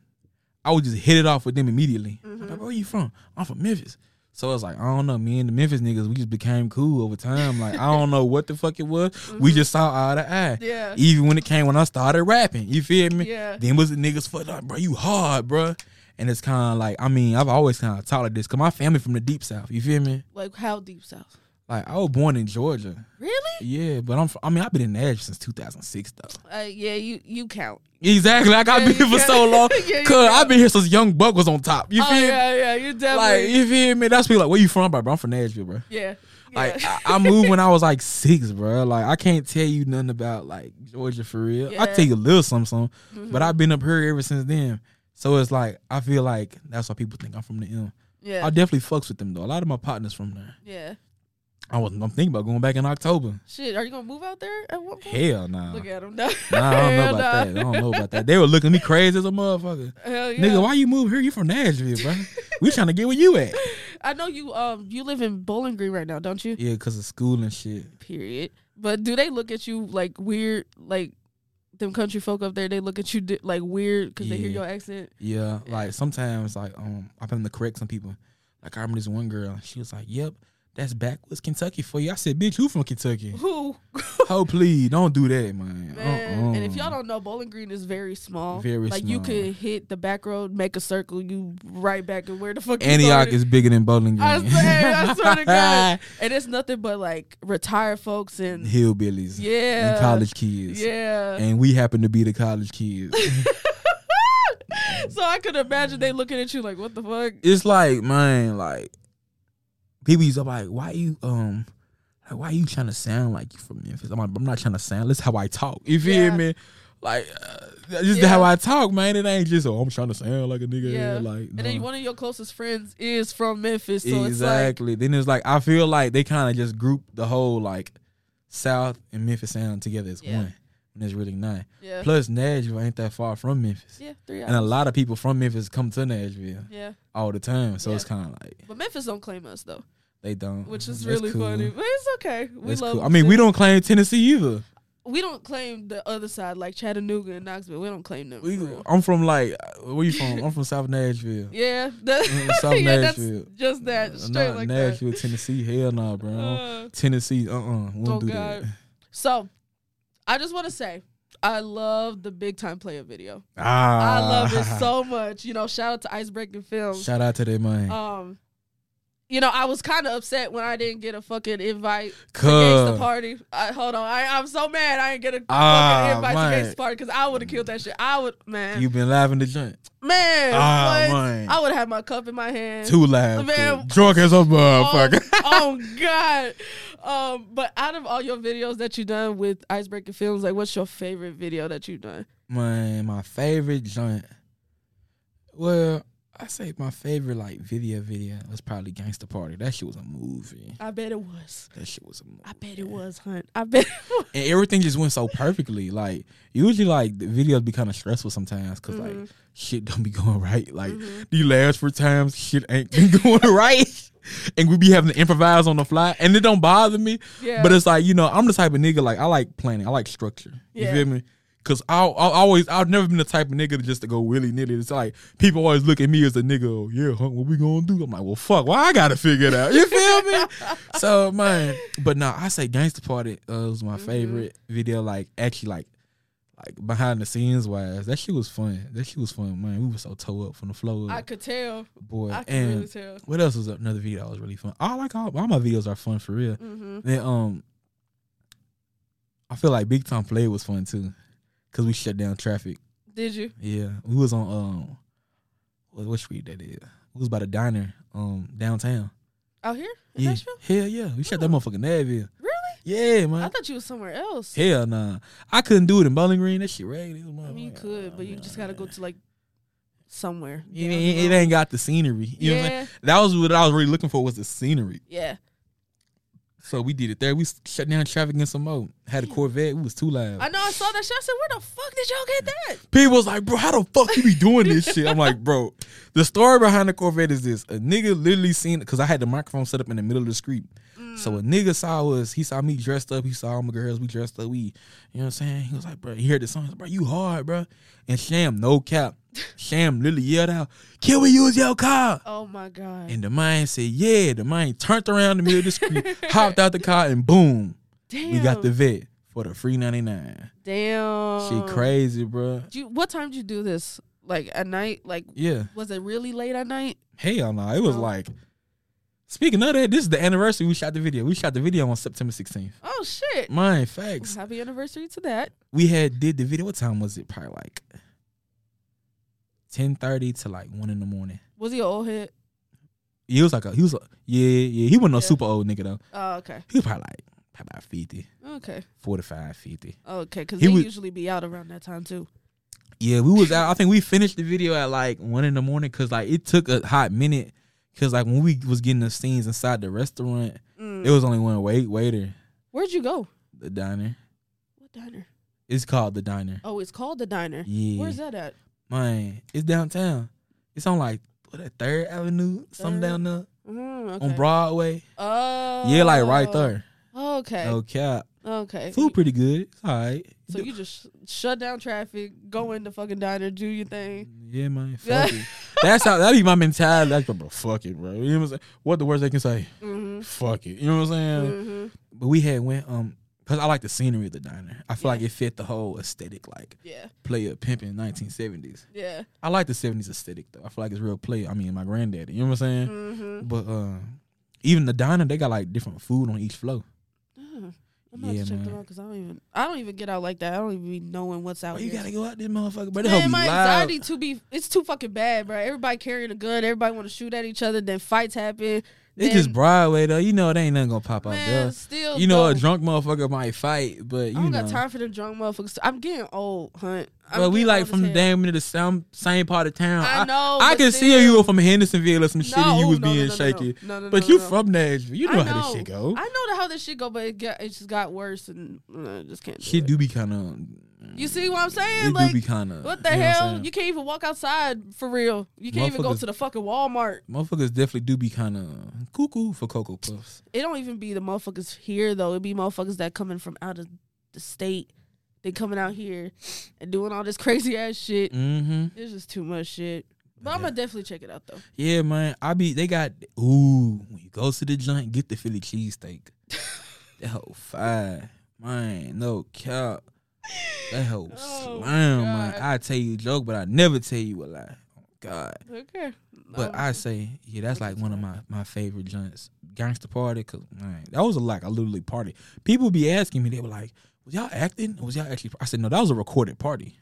I would just hit it off with them immediately. I'm like, where you from? I'm from Memphis. So it's like I don't know. Me and the Memphis niggas, we just became cool over time. Like I don't know what the fuck it was. We just saw eye to eye.
Yeah.
Even when it came when I started rapping, you feel me?
Yeah.
Then was the niggas fucked up, bro. You hard, bro. And it's kind of like I mean I've always kind of taught like this because my family from the deep south. You feel me?
like how deep south?
Like I was born in Georgia.
Really?
Yeah, but I'm. fr- I mean I've been in Nashville since 2006 though.
Uh, yeah, you you count.
Exactly. Like I've
Yeah,
been here
you
for
got-
so long.
Yeah, you
Cause
got-
I've been here since Young Buck was on top. You
oh
feel me?
yeah, yeah, you
Like
definitely.
you feel me? That's people like where you from, bro? I'm from Nashville, bro.
yeah.
Like ah,
yeah.
I, I moved when I was like six, bro. Like I can't tell you nothing about like Georgia for real. I
Yeah. Mm-hmm.
tell you a little something, something but I've been up here ever since then. So it's like I feel like that's why people think I'm from the M. I
yeah,
definitely fucks with them though. A lot of my partners from there.
yeah.
I was I'm thinking about going back in October.
Shit, are you gonna move out there at one point?
Hell nah.
Look at him. No.
Nah, I don't know
Hell
about
nah.
that. I don't know about that. They were looking at me crazy as a motherfucker.
Hell yeah.
Nigga, why you move here? You from Nashville, bro. we trying to get where you at.
I know you. Um, you live in Bowling Green right now, don't you?
Yeah, because of school and shit.
Period. But do they look at you like weird, like them country folk up there? They look at you di- like weird because they hear
Yeah.
your accent.
Yeah, like sometimes, like um, I've been to correct some people. Like I remember this one girl, she was like, "Yep, that's backwards Kentucky for you. I said, bitch, who from Kentucky?
Who?
oh, please, don't do that, man.
Man.
Uh-uh.
And if y'all don't know, Bowling Green is very small.
Very
like you
small.
could hit the back road, make a circle, you right back and where the fuck you
Antioch
started.
is bigger than Bowling Green.
I swear, I swear to God. And it's nothing but like retired folks and
Hillbillies.
yeah,
And college kids.
Yeah.
And we happen to be the college kids.
so I could imagine they looking at you like, what the fuck?
it's like, man, like people used to be like, why you um like why you trying to sound like you from Memphis? I'm like, I'm not trying to sound. This how I talk. You feel
Yeah.
me? Like uh, that's just
Yeah.
how I talk, man. It ain't just oh, I'm trying to sound like a nigga.
Yeah.
Like
And then
no.
one of your closest friends is from Memphis, so it's like,
exactly. then it's like I feel like they kind of just group the whole like South and Memphis sound together as
Yeah.
one, and it's really not.
yeah,
Plus Nashville ain't that far from Memphis,
yeah, three
and a
hours.
lot of people from Memphis come to Nashville
Yeah,
all the time. So it's
Yeah.
kind of like
but Memphis don't claim us though,
they don't,
which is
That's
really
cool.
funny. But it's okay. We
That's
love.
cool. I mean, we don't claim Tennessee either.
we don't claim the other side like Chattanooga and Knoxville. We don't claim them.
We,
for real.
I'm from like where you from? I'm from South Nashville.
yeah, that-
Mm, South
yeah, that's
Nashville.
just that straight
Not
like that.
Nashville, Tennessee. Hell no, bro.
Uh,
Tennessee, uh, uh-uh. we don't
Oh,
do
God.
that.
so, I just want to say, I love the big time player video.
Ah,
I love it so much. You know, shout out to Icebreaking Films.
Shout out to that man.
Um, you know, I was kind of upset when I didn't get a fucking invite to
Cuz.
Gangsta Party. I, hold on, I, I'm so mad I didn't get a
Ah,
fucking invite
man.
to Gangsta Party because I would have killed that shit. I would, man,
You've been live in the joint.
man,
Ah,
what?
man.
I would have had my cup in my hand.
Too loud.
Man.
too. Drunk as a
Oh,
motherfucker.
oh God! Um, but out of all your videos that you done with Icebreaker Films, like, what's your favorite video that you done?
Man, my favorite joint. Well, I say my favorite like video video was probably Gangsta Party. That shit was a movie.
I bet it was.
That shit was a movie.
I bet it was Hunt. I bet. It was.
and everything just went so perfectly. Like usually, like the videos be kind of stressful sometimes because
Mm-hmm.
like shit don't be going right. Like these last four times, shit ain't been going right, and we be having to improvise on the fly, and it don't bother me.
Yeah.
But it's like you know, I'm the type of nigga like I like planning, I like structure.
Yeah.
You feel me? Cause I I always I've never been the type of nigga to just to go willy nilly. It's like people always look at me as a nigga. Oh, yeah, huh, what we gonna do? I'm like, well, fuck. Why I gotta figure it out? You feel me? so man, but no, I say Gangsta Party uh, was my
Mm-hmm.
favorite video. Like actually, like like behind the scenes wise, that shit was fun. That shit was fun, man. We were so toe up from the flow,
I
up,
could tell.
boy.
I can
and
really tell.
what else was another video that was really fun? I like all, all my videos are fun for real.
Mm-hmm.
Then um, I feel like Big Time Play was fun too, cause we shut down traffic.
Did you?
Yeah, we was on um, what, what street that is? We was by the diner um downtown.
Out here? In
Yeah,
Nashville?
hell yeah, we shut that motherfucking Nashville.
Really?
Yeah,
I
man.
thought you was somewhere else.
Hell nah, I couldn't do it in Bowling Green. That shit ragged.
I mean, you could, but you just gotta go to like somewhere.
It, it, it ain't got the scenery. You know what I'm
Yeah.
saying? That was what I was really looking for was the scenery.
Yeah.
So we did it there. We s- shut down traffic in some more. Had a Corvette. We was too loud.
I know I saw that shit. I said, where the fuck did y'all get that?
People was like, bro, how the fuck you be doing this shit? I'm like, bro, the story behind the Corvette is this. A nigga literally seen, because I had the microphone set up in the middle of the street. So a nigga saw us, he saw me dressed up, he saw all my girls, we dressed up, we, you know what I'm saying? He was like, bro, he heard the song, he was like, bro, you hard, bro. And Sham, no cap. Sham literally yelled out, can we use your car?
Oh my God.
And the man said, yeah. The man turned around the middle of the street, hopped out the car, and boom,
Damn. Oh.
we got the vet for the free 99.
Damn.
She crazy, bro.
Did you, what time did you do this? Like at night? Like,
Yeah.
was it really late at night?
Hell no. It was
Oh.
like speaking of that, this is the anniversary we shot the video. We shot the video on September 16th.
Oh shit.
Mine facts.
Happy anniversary to that.
We had did the video. What time was it? Probably like 10:30 to like one in the morning.
Was he an old head?
He was like a he was a, yeah, yeah. He wasn't no
Yeah.
super old nigga though.
Oh, okay.
He was probably like probably about 50,
Okay.
45, 50.
Okay. Because
He
they
was-
usually be out around that time too.
Yeah, we was out. I think we finished the video at like one in the morning because like it took a hot minute. Cause like when we was getting the scenes inside the restaurant,
Mm.
it was only one wait waiter,
Where'd you go?
the diner.
What diner?
It's called the diner.
Oh, it's called the diner.
Yeah.
Where's that at?
Man, it's downtown. It's on like what that Third Avenue, something
Third?
down there
Mm,
on
okay.
Broadway.
Oh.
yeah, like right there.
Okay.
No cap.
Okay.
Food pretty good. It's all right.
So you just sh- shut down traffic, go in the fucking diner, do your thing.
yeah, man. Fuck it. That's how that be my mentality. Like, bro, fuck it, bro. You know what I'm saying? What the worst they can say?
hmm
fuck it. You know
Mm.
what I'm saying?
Mm-hmm.
But we had went um because I like the scenery of the diner. I feel like it fit the whole aesthetic, like
Yeah,
player pimping 1970s.
yeah.
I like the 70s aesthetic though. I feel like it's real play. I mean, my granddaddy. You know what I'm saying?
Mm-hmm.
But uh, even the diner, they got like different food on each floor.
I'm gonna
Yeah,
have to check
man.
them out because I don't even I don't even get out like that. I don't even be knowing what's out.
Oh, you
here.
gotta go out this motherfucker, but
Man,
it
my
my
anxiety too be it's too fucking bad, bro. Everybody carrying a gun, everybody want to shoot at each other, then fights happen.
It's
then-
just Broadway though. You know it ain't nothing gonna pop out
man,
there.
still
You know a
dope.
drunk motherfucker might fight, but you
I don't
know.
got time for them drunk motherfuckers. I'm getting old, hunt. I'm
But we
getting
like
old
from
as hell.
damn near the same, same part of town.
I know,
I,
but
can see
still.
you were from Hendersonville or some shit, and you
No,
was
no, no,
being
no, no, no.
shaky.
No, no,
but
no,
you
no.
from Nashville, you know,
I
how this shit go.
I know the- how this shit go, but it, got, it just got worse and uh, just can't. Do
shit
it.
do be kind of.
You see what I'm saying?
It
like,
do be kind of.
what the hell? you can't even walk outside for real. You can't even go
Motherfuckers-
to the fucking Walmart.
Motherfuckers definitely do be kind of cuckoo for cocoa puffs.
It don't even be the motherfuckers here though. It be motherfuckers that coming from out of the state. They coming out here and doing all this crazy ass shit.
Mm-hmm.
It's just too much shit. But I'm gonna definitely check it out though.
Yeah, man. I be they got ooh. When you go to the joint, get the Philly cheesesteak. that whole fire, man. No cap. That whole
Oh,
slam, man.
God.
I tell you a joke, but I never tell you a lie. Oh, God.
Okay.
But I say, yeah, that's like one of my, my favorite joints. Gangster Party, cause man, that was like a literally party. People be asking me, they were like, "Was y'all acting? Or was y'all actually?" I said, "No, that was a recorded party.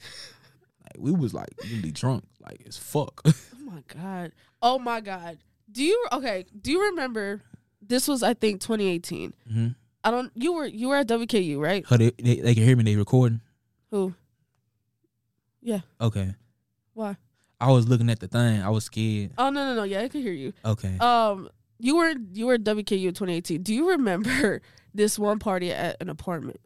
like we was like really drunk, like as fuck."
Oh my god. Oh my god. Do you okay? Do you remember? This was I think 2018.
mm-hmm.
I don't. You were you were at WKU right?
Oh, they, they, they can hear me. They recording.
Who?
Okay.
Why?
I was looking at the thing. I was scared.
Oh no no no. Yeah, I can hear you.
Okay.
Um, you were you were at WKU in 2018. Do you remember this one party at an apartment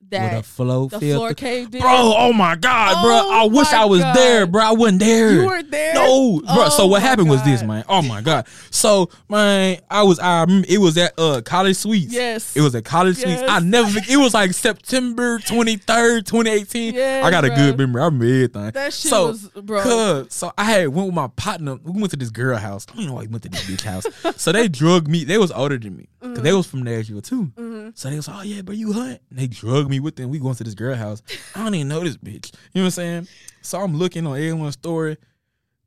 With
that
a flow
the
feel-
floor caved in?
Bro, oh my God,
Oh
bro. I wish
my
I was
God.
there, bro. I wasn't there.
you weren't there.
No, bro. so
Oh
what
my
happened was this,
God.
man. Oh my god. So man, I was I remember it was at uh College Suites.
Yes.
It was at College Suites. I
Yes.
never. It was like September twenty third, twenty eighteen.
Yes,
I got a
bro.
good memory. I remember everything.
That shit
so,
was- bro.
cuz, so I had went with my partner. We went to this girl house. I don't even know why we went to this bitch house. So they drugged me. They was older than me. because they was from Nashville too.
Mm-hmm.
So they was oh yeah, but you hunt. And they drugged me with them. We going to this girl house. I don't even know this bitch. You know what I'm saying? So I'm looking on everyone's story.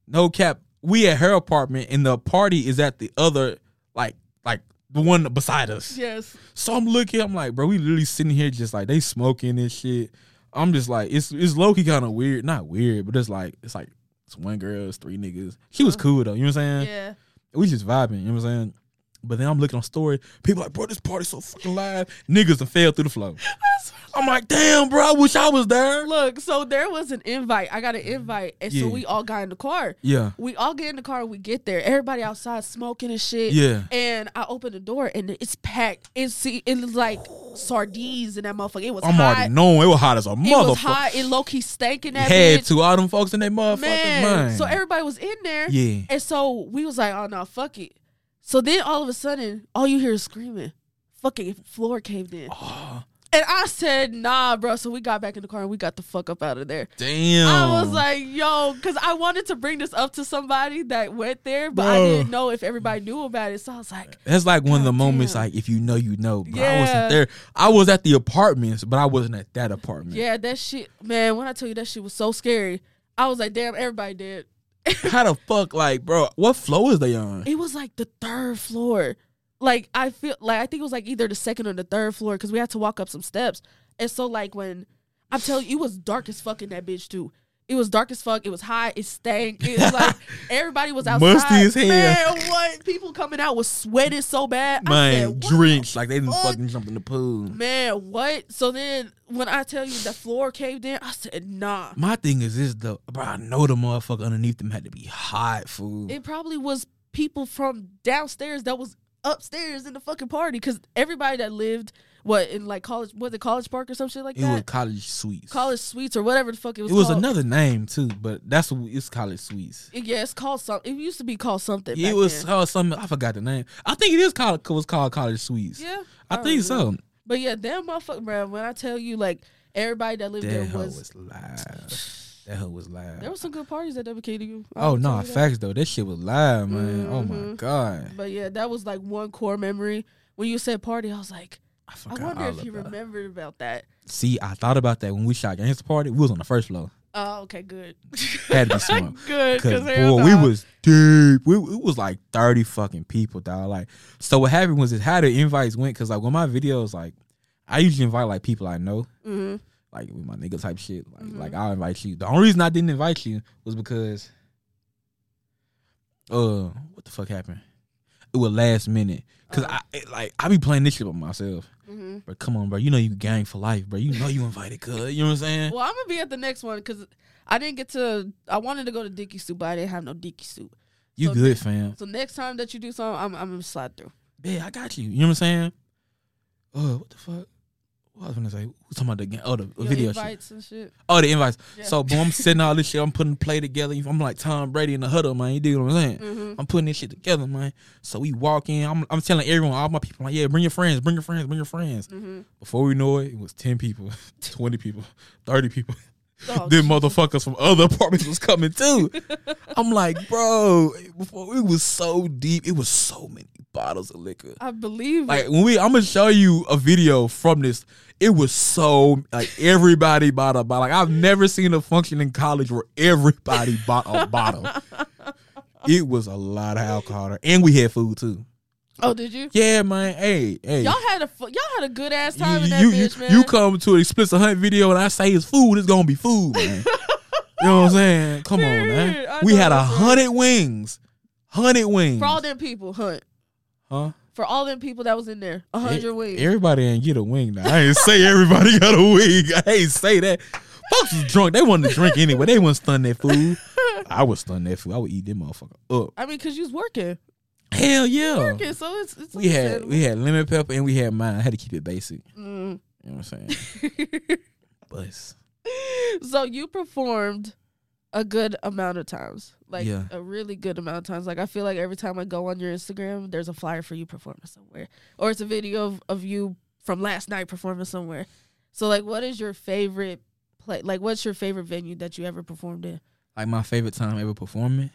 No cap. We at her apartment and the party is at the other, like, like the one beside us.
Yes.
So I'm looking, I'm like, bro, we literally sitting here just like they smoking and shit. I'm just like, it's it's low key kind of weird. Not weird, but it's like it's like it's one girl, it's three niggas. She was cool though, you know what I'm saying?
Uh-huh. Yeah.
We just vibing, you know what I'm saying? But then I'm looking on story, people like, bro, this party so fucking live. Niggas done fell through the floor. I'm like, damn, bro, I wish I was there.
Look, so there was an invite. I got an invite, and
Yeah.
so we all got in the car.
Yeah.
We all get in the car. We get there. Everybody outside smoking and shit.
Yeah.
And I open the door, and it's packed. It's see, it was like sardines in that motherfucker. It was
I'm
hot.
already knowing it was hot as a
it was
motherfucker.
hot. It low key stank in that
Had
bitch.
to all them folks in their motherfucking
man.
mind.
So everybody was in there.
Yeah.
And so we was like, oh no, fuck it. So then all of a sudden, all you hear is screaming. Fucking floor caved in. And I said, nah, bro. So we got back in the car and we got the fuck up out of there.
damn.
I was like, yo, because I wanted to bring this up to somebody that went there, but I
Bro.
didn't know if everybody knew about it. So I was like,
That's like one of the
God
moments,
damn.
like if you know, you know. But I
Yeah.
wasn't there. I was at the apartments, but I wasn't at that apartment.
yeah, that shit, man, when I tell you that shit was so scary, I was like, damn, everybody did.
How the fuck, like, bro? What floor is they on?
It was like the third floor. Like I feel like I think it was like either the second or the third floor because we had to walk up some steps. And so like when I'm telling you, it was dark as fuck in that bitch too. It was dark as fuck. It was hot. It stank. It was like everybody was outside.
Musty as hell.
Man, what people coming out was sweating so bad. I
Man,
said, what?
drinks like they didn't
fuck?
fucking jump in the pool.
Man, what? So then when I tell you the floor caved in, I said nah.
My thing is this though, bro. I know the motherfucker underneath them had to be hot, fool.
It probably was people from downstairs that was upstairs in the fucking party because everybody that lived what in like college was it college park or some shit like
It
that
was college suites.
college suites or whatever the fuck it was
It was
called.
another name too, but that's what it's college suites.
It- yeah it's called something it used to be called something
It
back
was
then.
uh, something I forgot the name. I think it is called was called college suites.
yeah
I,
don't
think
know.
so.
but yeah that motherfucker man when I tell you like everybody that lived
That
there
hoe
was
was live. That hoe was live.
There was some good parties at WKDU. I
oh
will
no,
tell you that.
facts though. That shit was live, man. Oh my
Mhm.
god.
But yeah, that was like one core memory. When you said party, I was like,
I
I
forgot
wonder
all
if he
about it.
remembered about that.
See, I thought about that when we shot Gangsta Party. We was on the first floor.
Oh, okay, good.
Had to be smart.
good,
Cause
because there
boy, we was deep. We it was like thirty fucking people, dog. Like, so what happened was is how the invites went. Cause like when my videos, like, I usually invite like people I know,
hmm
like with my nigga type shit. Like,
Mm-hmm.
like I'll invite you. The only reason I didn't invite you was because, uh, what the fuck happened? It was last minute.
Uh.
Cause I it, like I be playing this shit with myself.
hmm
But come on, bro. You know you gang for life, bro. You know you invited, cuz. You know what I'm saying?
Well, I'm gonna be at the next one because I didn't get to. I wanted to go to Dicky Soup, but I didn't have no Dicky Soup.
You
So-
good, fam.
So next time that you do something, I'm, I'm gonna slide through.
Yeah, I got you. You know what I'm saying? Uh, what the fuck? What I was gonna say? Who's talking about the ga- oh the
Your
video shit?
invites and shit.
Oh, the invites.
Yeah.
So boom, I'm sitting all this shit. I'm putting the play together. I'm like Tom Brady in the huddle, man. You dig what I'm saying?
Mhm.
I'm putting this shit together, man. So we walk in. I'm I'm telling everyone, all my people, like, yeah, bring your friends, bring your friends, bring your friends.
Mhm.
Before we know it, it was ten people, twenty people, thirty people.
Oh,
Then motherfuckers from other apartments was coming too. I'm like, bro, before it was so deep. It was so many bottles of liquor.
I believe.
Like when we, I'm gonna show you a video from this. It was so like everybody bought a bottle. Like I've never seen a function in college where everybody bought a bottle. It was a lot of alcohol, there. and we had food too.
oh, did you?
Yeah, man. Hey, hey.
Y'all had a fu- y'all had a good ass
You-
time in that
you,
bitch,
you,
man.
you come to an explicit hunt video and I say it's food, it's gonna be food, man. you know what I'm saying? Come on,
Dude,
man.
I
We
know
had a
that's right.
hundred wings, hundred wings.
for all them people, hunt
huh?
for all them people that was in there, a
E-
hundred wings.
Everybody ain't get a wing now. I ain't say everybody got a wing. I ain't say that. Folks was drunk. They wanted to drink anyway. They wouldn't stun that food. I would stun that food. I would eat them motherfucker up.
I mean, cause you was working,
Hell yeah.
working, so it's, it's
Oh. We had we had lemon pepper and we had mine. I had to keep it basic.
Mm.
You know what I'm saying? Bus.
so you performed a good amount of times, like
Yeah.
a really good amount of times. Like I feel like every time I go on your Instagram, there's a flyer for you performing somewhere, or it's a video of, of you from last night performing somewhere. So like, what is your favorite play? Like, what's your favorite venue that you ever performed in?
Like my favorite time ever performing.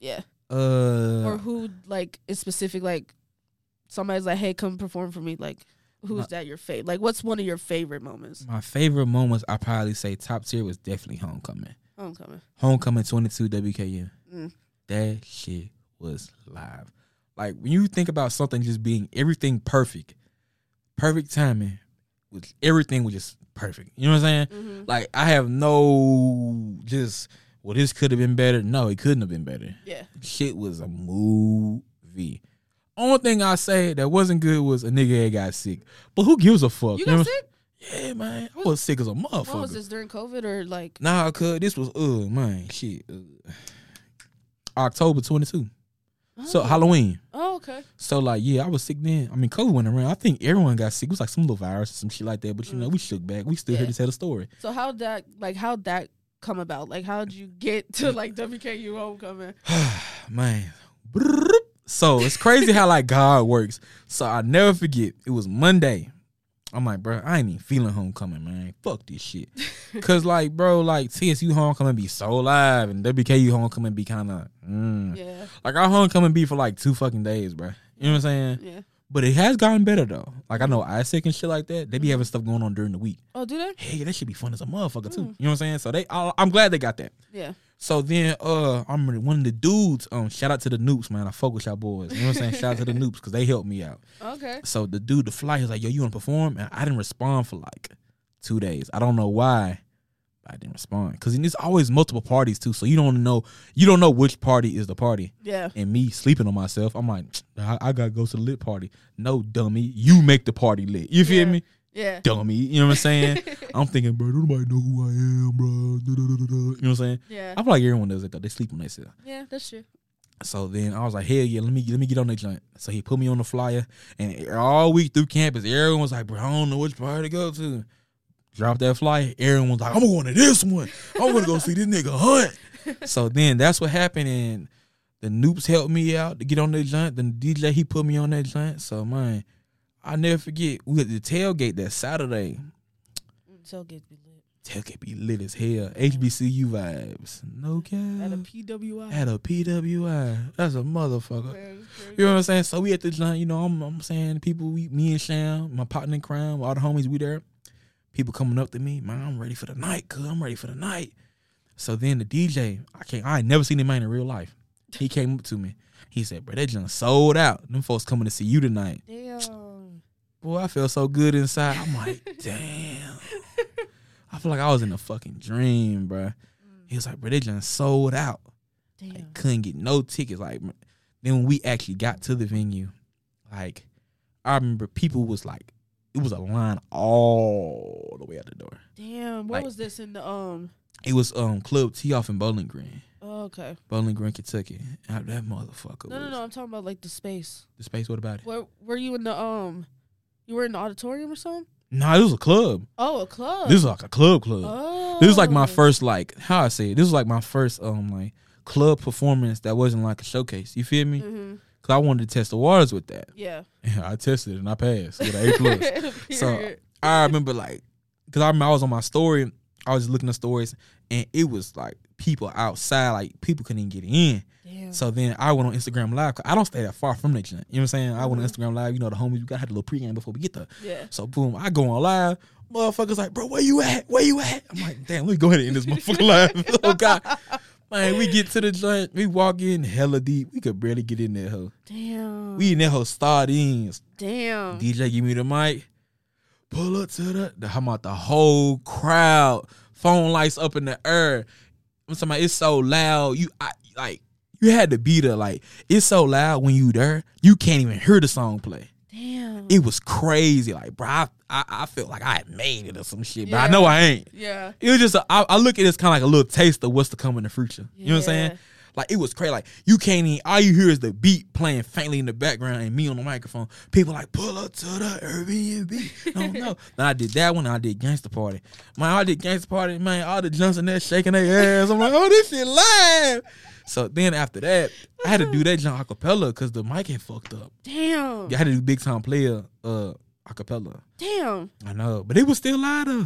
Yeah,
Uh,
or who like is specific? Like somebody's like, hey, come perform for me. Like, who's
My-
that your favorite? Like, what's one of your favorite moments?
my favorite moments, I probably say top tier was definitely homecoming.
Homecoming.
Homecoming 22 WKU.
Mm.
That shit was live. Like when you think about something just being everything perfect, perfect timing, with everything was just perfect. You know what I'm saying?
Mhm.
Like I have no just well, this could have been better. No, it couldn't have been better.
Yeah.
Shit was a movie. Only thing I say that wasn't good was a nigga that got sick. But who gives a fuck?
You
know
got
what
sick?
I'm- Yeah, man. I was sick as a motherfucker.
When was this during COVID or like?
Nah, cuz this was uh man, shit. Uh, October 22. So
Oh.
Halloween.
Oh, okay.
So like, yeah, I was sick then. I mean, COVID went around. I think everyone got sick. It was like some little virus or some shit like that. But you know, we shook back. We still here
Yeah.
to tell the story.
So how would that like how would that come about? Like how would you get to like WKU homecoming?
Man. Brrrr. So it's crazy how like God works. So I never forget. It was Monday. I'm like, bro, I ain't even feeling homecoming, man. Fuck this shit. Cause like, bro, like TSU homecoming be so live and WKU homecoming be kind of mm,
Yeah,
Like our homecoming be for like two fucking days, bro. You know what I'm saying?
yeah.
But it has gotten better though. Like I know Isaac and shit like that. They be having stuff going on during the week.
Oh, do they?
Hey, that should be fun as a motherfucker too. You know what I'm saying? So they, I, I'm glad they got that.
Yeah.
So then, uh, I'm really- one of the dudes. Um, shout out to the Noops, man. I fuck with y'all boys. You know what I'm saying? shout out to the Noops because they helped me out.
Okay.
So the dude, the fly, he was like, "Yo, you want to perform?" And I didn't respond for like two days. I don't know why. I didn't respond because there's always multiple parties too, so you don't know you don't know which party is the party
Yeah.
and me sleeping on myself, I'm like, I, I gotta go to the lit party. No, dummy, you make the party lit. You feel
Yeah.
me,
Yeah.
dummy? You know what I'm saying? I'm thinking, bro, nobody know who I am, bro. Da, da, da, da, da. You know what I'm saying?
Yeah.
I'm like everyone does it though. They sleep on themselves.
Yeah. That's true.
So then I was like, hell yeah, let me let me get on that joint. So he put me on the flyer, and all week through campus, everyone was like, bro, I don't know which party to go to. Drop that flyer. Everyone was like, I'm going to this one. I'm gonna go see this nigga hunt. So then that's what happened, and the noobs helped me out to get on that joint. The DJ he put me on that joint. So man, I never forget. We had the tailgate that Saturday.
Mm. So get be lit.
Tailgate be lit as hell. HBCU vibes. No
At a
cap.
PWI.
At a PWI. That's a motherfucker.
Man, it's crazy.
You know what I'm saying? So we at the joint, you know, I'm, I'm saying people, we, me and Sham, my partner in crime, all the homies, we there. People coming up to me, man, I'm ready for the night, cuz I'm ready for the night. So then the DJ, I can't, I ain't never seen him man in real life. He came up to me. He said, bro, that joint sold out. Them folks coming to see you tonight.
Damn.
Boy, I feel so good inside. I'm like, damn. I feel like I was in a fucking dream, bro. He was like, bro, they just sold out.
Damn.
Like, couldn't get no tickets. Like, m- then when we actually got to the venue, like, I remember people was like, it was a line all the way out the door.
Damn. What
like-
was this in the um
It was um Club T off in Bowling Green,
oh, okay.
Bowling Green, Kentucky. And that motherfucker.
No no
was-
no, I'm talking about like the space.
The space. What about it?
Where were you in the um you were in the auditorium or something?
Nah, this was a club.
Oh, a club.
This was like a club club.
oh.
This was like my first like how I say it. This was like my first um like club performance that wasn't like a showcase. You feel me?
hmm
Cause I wanted to test the waters with that.
Yeah.
And I tested it and I passed with an A plus. so
Period.
I remember like because I remember I was on my story. I was looking at stories and it was like people outside like people couldn't even get in.
Damn.
So then I went on Instagram Live. 'cause I don't stay that far from that joint. You know what I'm saying? I went on Instagram Live. You know the homies. We got to have a little pregame before we get there.
yeah.
So boom, I go on live. Motherfuckers like, bro, where you at? Where you at? I'm like, damn, let me go ahead and end this motherfucker live. oh god. Man, we get to the joint, we walk in hella deep. We could barely get in that hoe.
Damn.
We in that hoe starred in.
Damn.
DJ give me the mic. Pull up to the, the how about the whole crowd. Phone lights up in the air. I'm talking about it's so loud. You I, like you had to be there. Like it's so loud when you there, you can't even hear the song play
Damn.
it was crazy. Like, bro, I, I, I felt like I had made it or some shit, but I
Yeah.
know I ain't.
yeah.
It was just, a, I, I look at it as kind of like a little taste of what's to come in the future. You know what I'm
Yeah.
saying? Like, it was crazy. Like, you can't even, all you hear is the beat playing faintly in the background and me on the microphone. People like, pull up to the Airbnb. No, no. then I did that one. I did Gangster Party. Man, I did Gangster Party. Man, all the jumps in there shaking their ass. I'm like, oh, this shit live. So then after that, I had to do that John acapella because the mic had fucked up.
Damn.
I had to do big time player uh acapella.
Damn.
I know, but it was still louder.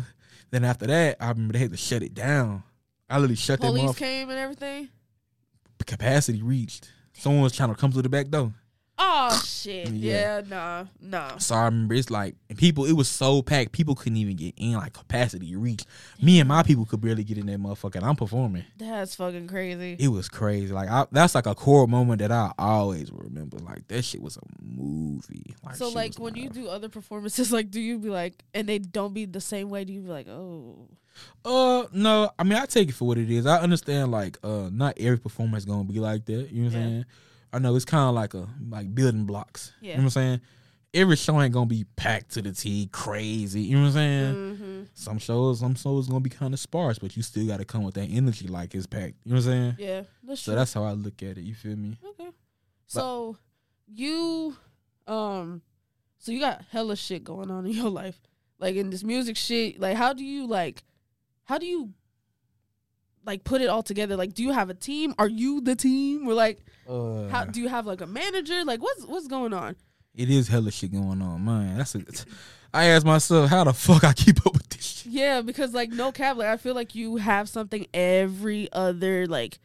Then after that, I remember they had to shut it down. I literally shut them
Police
off.
came and everything.
Capacity reached. Someone was trying to come through the back door.
Oh shit. Yeah.
Yeah.
Nah. Nah.
So I remember it's like and people. It was so packed, people couldn't even get in. Like capacity reached. Me and my people could barely get in that motherfucker. And I'm performing.
That's fucking crazy.
It was crazy. Like I, that's like a core moment that I always remember. Like that shit was a movie.
so
shit
like
was
when you
live.
do other performances, like do you be like, and they don't be the same way? Do you be like, oh,
Uh no, I mean I take it for what it is. I understand like uh not every performance gonna be like that. You know what I'm
Yeah.
saying? I know it's kind of like a like building blocks. You
Yeah.
know what I'm saying? Every show ain't gonna be packed to the T, crazy. You know what I'm saying?
mm-hmm.
Some shows, some shows gonna be kind of sparse, but you still gotta come with that energy like it's packed. You know what I'm saying?
yeah, that's
So
true.
that's how I look at it. You feel me?
okay. So you, um, so you got hella shit going on in your life, like in this music shit. Like, how do you like, how do you like put it all together? Like, do you have a team? Are you the team? Or like,
Uh,
how do you have like a manager? Like, what's what's going on?
it is hella shit going on, man. That's a, I ask myself how the fuck I keep up with this shit.
Yeah, because like no cap, like I feel like you have something every other like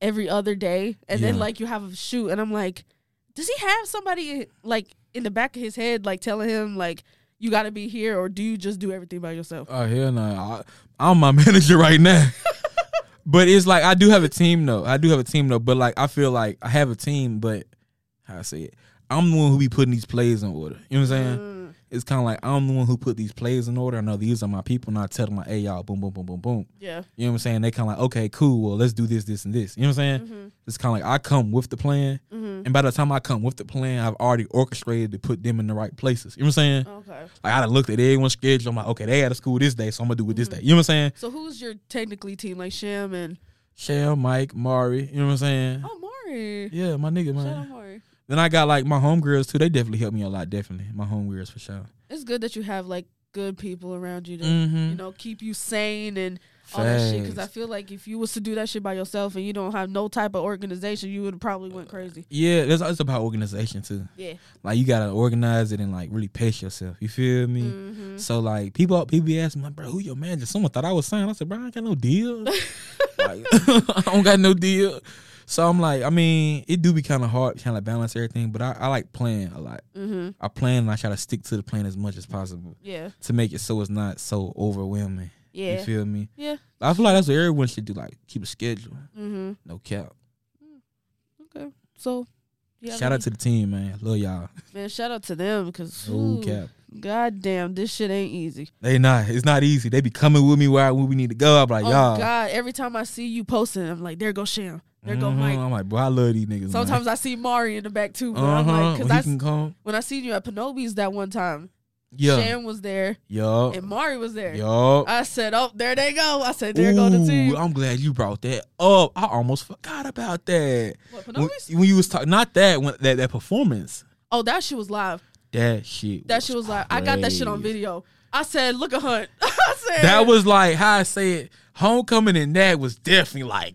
every other day, and then
Yeah.
like you have a shoot, and I'm like, does he have somebody like in the back of his head like telling him like you got to be here, or do you just do everything by yourself?
Oh hell no! I, I'm my manager right now. but it's like I do have a team though. I do have a team though. But like I feel like I have a team, but how I say it, I'm the one who be putting these plays in order. You know what I'm saying?
Mm,
It's kind of like I'm the one who put these plays in order. I know these are my people, and I tell them like, "Hey y'all, boom, boom, boom, boom, boom."
yeah,
You know what I'm saying? They kind of like, "Okay, cool. Well, let's do this, this, and this." You know what I'm saying? It's kind of like I come with the plan,
Mhm.
and by the time I come with the plan, I've already orchestrated to put them in the right places. You know what I'm saying?
okay.
Like I done looked at everyone's schedule. I'm like, okay, they out of school this day, so I'm gonna do it this
Mm.
day. You know what I'm saying?
So who's your technically team like Sham and
Shell, Mike, Mari. You know what I'm saying?
Oh Maury?
Yeah, my nigga,
Shout out
man.
Maury.
Then I got like my homegirls too. They definitely helped me a lot. Definitely, my homegirls for sure.
It's good that you have like good people around you to
Mm-hmm.
you know keep you sane and all that shit. Because I
Facts.
feel like if you was to do that shit by yourself and you don't have no type of organization, you would probably went crazy.
Yeah, it's, it's about organization too.
Yeah.
Like you gotta organize it and like really pace yourself. You feel me?
Mm-hmm.
So like people people be asking me, like, bro, who your manager? Someone thought I was signed. I said, bro, I ain't got no deal. like, I don't got no deal. So I'm like, I mean, it do be kind of hard trying to balance everything, but I, I like playing a lot. I plan and I try to stick to the plan as much as possible
Mm-hmm. Yeah.
to make it so it's not so overwhelming.
Yeah.
You feel me?
Yeah.
I feel like that's what everyone should do. Like keep a schedule,
Mm-hmm.
no cap.
Okay. So. you have
Shout
any-
out to the team, man. Love y'all.
man. Shout out to them because
No cap.
goddamn, this shit ain't easy.
They not. It's not easy. They be coming with me where, I, where we need to go. I'm like,
Oh
y'all.
God! Every time I see you posting, I'm like, there go Sham, there go
Mhm.
Mike.
I'm like, bro, I love these niggas.
Sometimes I see Mari in the back too, but
uh
I'm
huh.
like,
When
because
he
I s-
can come,
when I seen you at Panobi's that one time,
yeah, Oh.
Sham was there
yo,
and Mari was there.
yo.
I said, oh, there they go. I said, there go the team.
I'm glad you brought that up. I almost forgot about that.
What,
When,
Panobi's?
when you was talking, not that when that that performance.
oh, that shit was live.
That shit.
That shit was live. I got that shit on
crazy.
video. I said, look at Hunt. I said,
That was like how I said. Homecoming and that was definitely like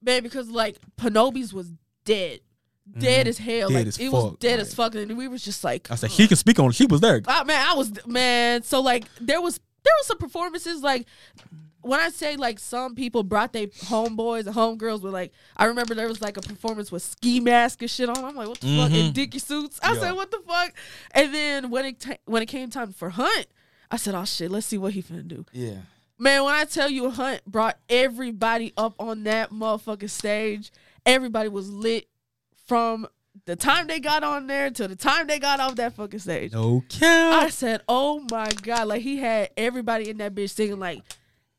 man because like Panobi's was dead, dead as hell.
Mm-hmm. Dead
like
as
it was
fuck,
dead
like-
as fuck, and we was just like,
I said. He can speak on. it. She was there.
Ah, man, I was man. So like there was there was some performances like when I say like some people brought their homeboys and homegirls were like I remember there was like a performance with ski mask and shit on. I'm like, what the fuck? And dicky suits. I said, what the fuck? And then when it ta- when it came time for Hunt, I said, oh shit, let's see what he finna do.
Yeah.
Man, when I tell you Hunt brought everybody up on that motherfucking stage, everybody was lit from the time they got on there to the time they got off that fucking stage.
No cap.
I said, "Oh my god!" Like he had everybody in that bitch singing. Like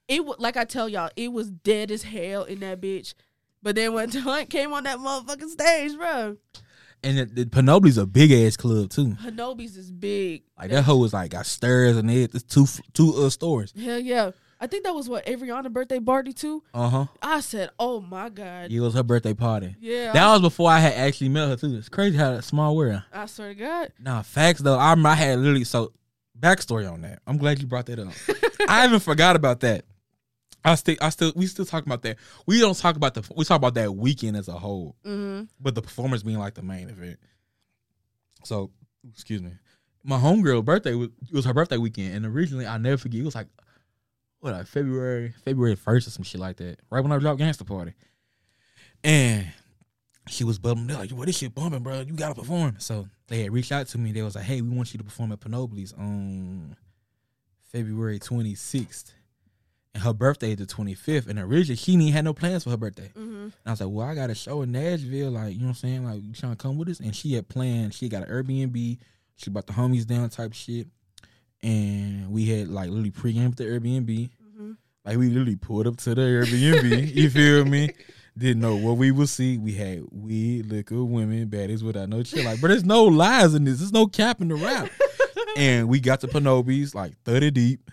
it, wa- like I tell y'all, it was dead as hell in that bitch. But then when Hunt came on that motherfucking stage, bro,
and the, the Panopli's a big ass club too.
Hanobi's is big.
Like that hoe was like got stairs and it. It's two two uh, stores.
Hell yeah! I think that was what Ariana birthday party too.
Uh huh.
I said, "Oh my god!"
It was her birthday party.
Yeah,
That was before I had actually met her too. It's crazy how that small world.
I swear to God.
Nah, facts though. I remember I had literally so backstory on that. I'm glad you brought that up. I haven't forgot about that. I still, I still, we still talk about that. We don't talk about the, we talk about that weekend as a whole,
Mhm.
but the performance being like the main event. So, excuse me, my homegirl birthday was, it was her birthday weekend, and originally I never forget. It was like, what, like February, February first or some shit like that. Right when I dropped Gangster Party, and she was bumming. They're like, "Well, this shit bumping, bro. You gotta perform." So they had reached out to me. They was like, "Hey, we want you to perform at Panopli's on February 26th, and her birthday is the 25th." And originally, she didn't had no plans for her birthday. And I was like, "Well, I got a show in Nashville. Like, you know what I'm saying? Like, you trying to come with us?" And she had planned. She got an Airbnb. She brought the homies down, type shit. And we had like literally pre-gamed the Airbnb. Like we literally pulled up to the Airbnb. you feel me? Didn't know what we would see. We had weed, liquor, women, baddies without no chill. Like, but there's no lies in this. There's no cap in the rap. and we got to Panobies like 30 deep.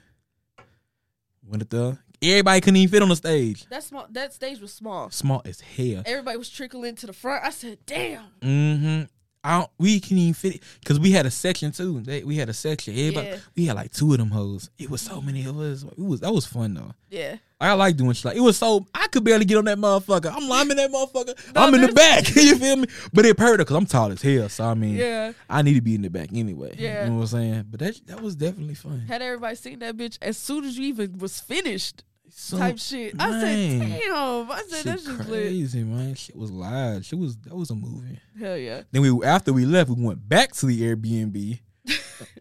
Went at the everybody couldn't even fit on the stage.
That small. That stage was small.
Small as hell.
Everybody was trickling to the front. I said, "Damn."
Mm-hmm. I don't, we couldn't even fit it because we had a section too. They, we had a section. Everybody,
Yeah.
we had like two of them hoes. It was so many of us. It was that was fun though.
Yeah.
I like doing shit. Like, it was so I could barely get on that motherfucker. I'm lining that motherfucker. I'm in the
there's-
back. you feel me? But it hurt because I'm tall as hell. So I mean,
Yeah.
I need to be in the back anyway.
Yeah.
you know what I'm saying. But that that was definitely fun.
Had everybody seen that bitch as soon as you even was finished,
So,
type shit. I
man,
said, "Damn!" I said,
shit
"That's just lit."
crazy, man. Shit was live. Shit was that was a movie.
Hell yeah.
Then we after we left, we went back to the Airbnb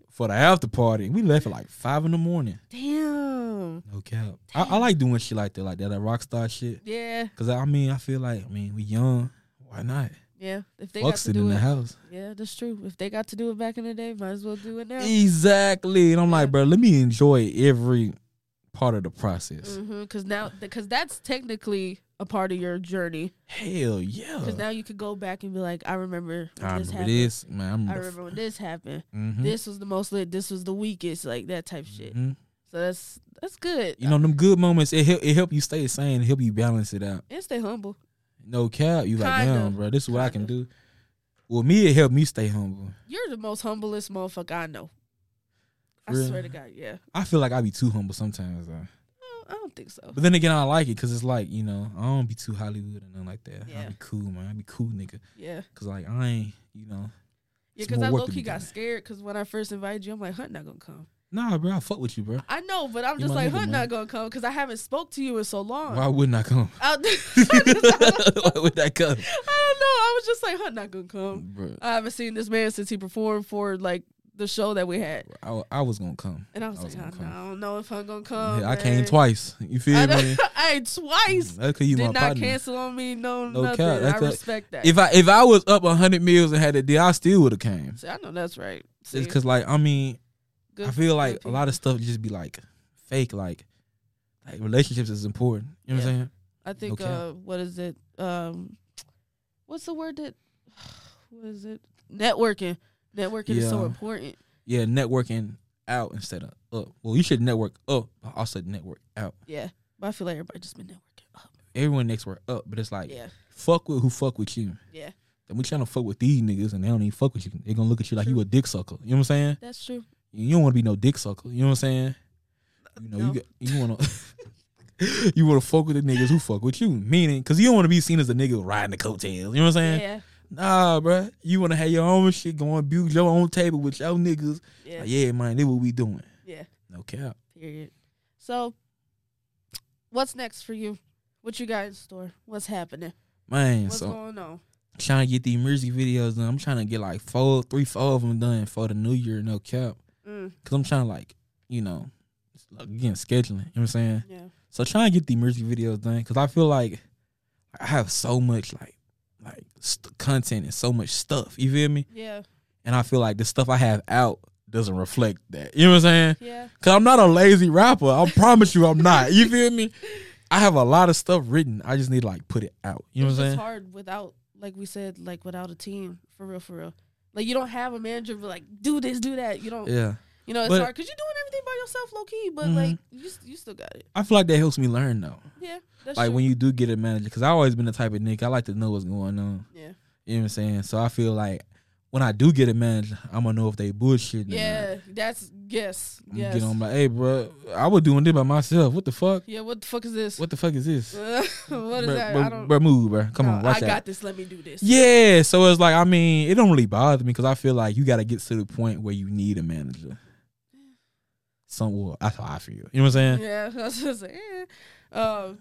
for the after party. We left at like five in the morning.
Damn.
No cap. I, I like doing shit like that, like that, that rock star shit.
Yeah,
Cause I mean, I feel like I mean, we young. Why not?
yeah. If they
Fuck
got to
sitting
do
in
it,
the house.
yeah, that's true. If they got to do it back in the day, might as well do it now.
Exactly. And I'm like, bro, let me enjoy every part of the process.
Mm-hmm. Cause now, because that's technically a part of your journey.
Hell yeah.
Cause now you could go back and be like, I remember when
Uh. I
this
remember
happened.
this, man.
I
I remember.
remember when this happened.
Mhm.
This was the most lit. This was the weakest. Like that type shit.
Mhm.
So that's that's good.
You know, them good moments, it help, it help you stay sane, it help you balance it out.
and stay humble.
No cap. You like,
Kinda.
damn, bro, this is what I can
Kinda.
do. Well, me, it helped me stay humble.
You're the most humblest motherfucker I know. I
Really?
swear to God. Yeah.
I feel like I be too humble sometimes, though.
Oh, I don't think so.
But then again, I like it because it's like you know I don't be too Hollywood and nothing like that. I
Yeah.
be cool, man. I be cool, nigga.
Yeah,
Cause like I ain't, you know,
yeah.
It's
Because
more
I
work
low
to
key
be
got
done.
scared because when I first invited you, I'm like, Hunt not gonna come.
nah, bro. I fuck with you, bro.
I know, but I'm
You
just
my
like,
nigga,
Hunt
man.
not gonna come because I haven't spoke to you in so long.
Why wouldn't I come?
I, I
Why would I come,
don't know. I was just like, Hunt not gonna come.
bro?
I haven't seen this man since he performed for like the show that we had,
I, I was gonna come.
and I was,
I was
like,
gonna
I,
come.
I don't know if Hunt gonna come.
Yeah, I came
Oh, man.
twice. You
I,
feel me?
done- I twice.
That's cause you my
Did not
partner.
cancel on me. No,
No cap,
nothing. I
that's a-
respect that.
If I if I was up hundred meals and had a deal, I still would have came.
See, I know that's right. See,
It's cause like I mean,
good-
I feel
good
like a
people.
lot of stuff just be like fake. Like like relationships is important. You know what I'm
Yeah.
saying?
I think
Okay.
uh what is it? Um what's the word that what is it? Networking. Networking is so
Yeah.
important.
Yeah, networking out instead of up. Well, you should network up, but also network out.
Yeah. But I feel like everybody just been networking up.
Everyone next work up, but it's like
Yeah.
fuck with who fuck with you.
Yeah.
And we trying to fuck with these niggas and they don't even fuck with you. They gonna look at you like you
True.
a dick sucker. You know what I'm saying?
That's true.
You don't want to be no dick sucker. You know what I'm saying? You know
No.
you got- you want to you want to fuck with the niggas who fuck with you. Meaning, because you don't want to be seen as a nigga riding the coattails. You know what I'm saying?
Yeah.
Nah, bruh. You want to have your own shit going, build your own table with your niggas.
Yeah.
Like, yeah, man, this what we doing.
Yeah.
No cap.
Period. So what's next for you? What you got in store? What's happening?
Man,
What's
so
going on?
trying to get these music videos done. I'm trying to get like four, three, four of them done for the new year. No cap.
Mm,
Cause I'm trying to like, you know, it's like, again scheduling. You know what I'm saying?
yeah.
So trying to get the music videos done because I feel like I have so much like like st- content and so much stuff. You feel me?
Yeah.
And I feel like the stuff I have out doesn't reflect that. You know what I'm saying?
Yeah.
Cause I'm not a lazy rapper. I promise you, I'm not. You feel me? I have a lot of stuff written. I just need to like put it out. You know what
it's
I'm
just
saying?
hard without, like we said, like without a team, for real, for real. Like you don't have a manager, but like do this, do that. You don't,
Yeah.
you know, it's
But-
hard because you're doing everything by yourself, low key. But
Mhm.
like you, s- you still got it.
I feel like that helps me learn though.
Yeah, that's
Like
true.
when you do get a manager, because I've always been the type of nigga I like to know what's going on.
yeah,
You know what I'm saying? So I feel like when I do get a manager, I'm gonna know if they bullshit.
yeah, that's yes,
I'm
yes.
gonna get on like, hey, bro, I was doing this by myself. What the fuck?
yeah, what the fuck is this?
What the fuck is this?
what is
Bruh,
that?
bruh,
I don't.
bruh, move, bro. Come
no,
on, watch
I
that.
got this. Let me do this.
Yeah, so it's like I mean, it don't really bother me because I feel like you got to get to the point where you need a manager. Some well, that's how I feel. You know what I'm saying?
yeah. That's just, eh. Um,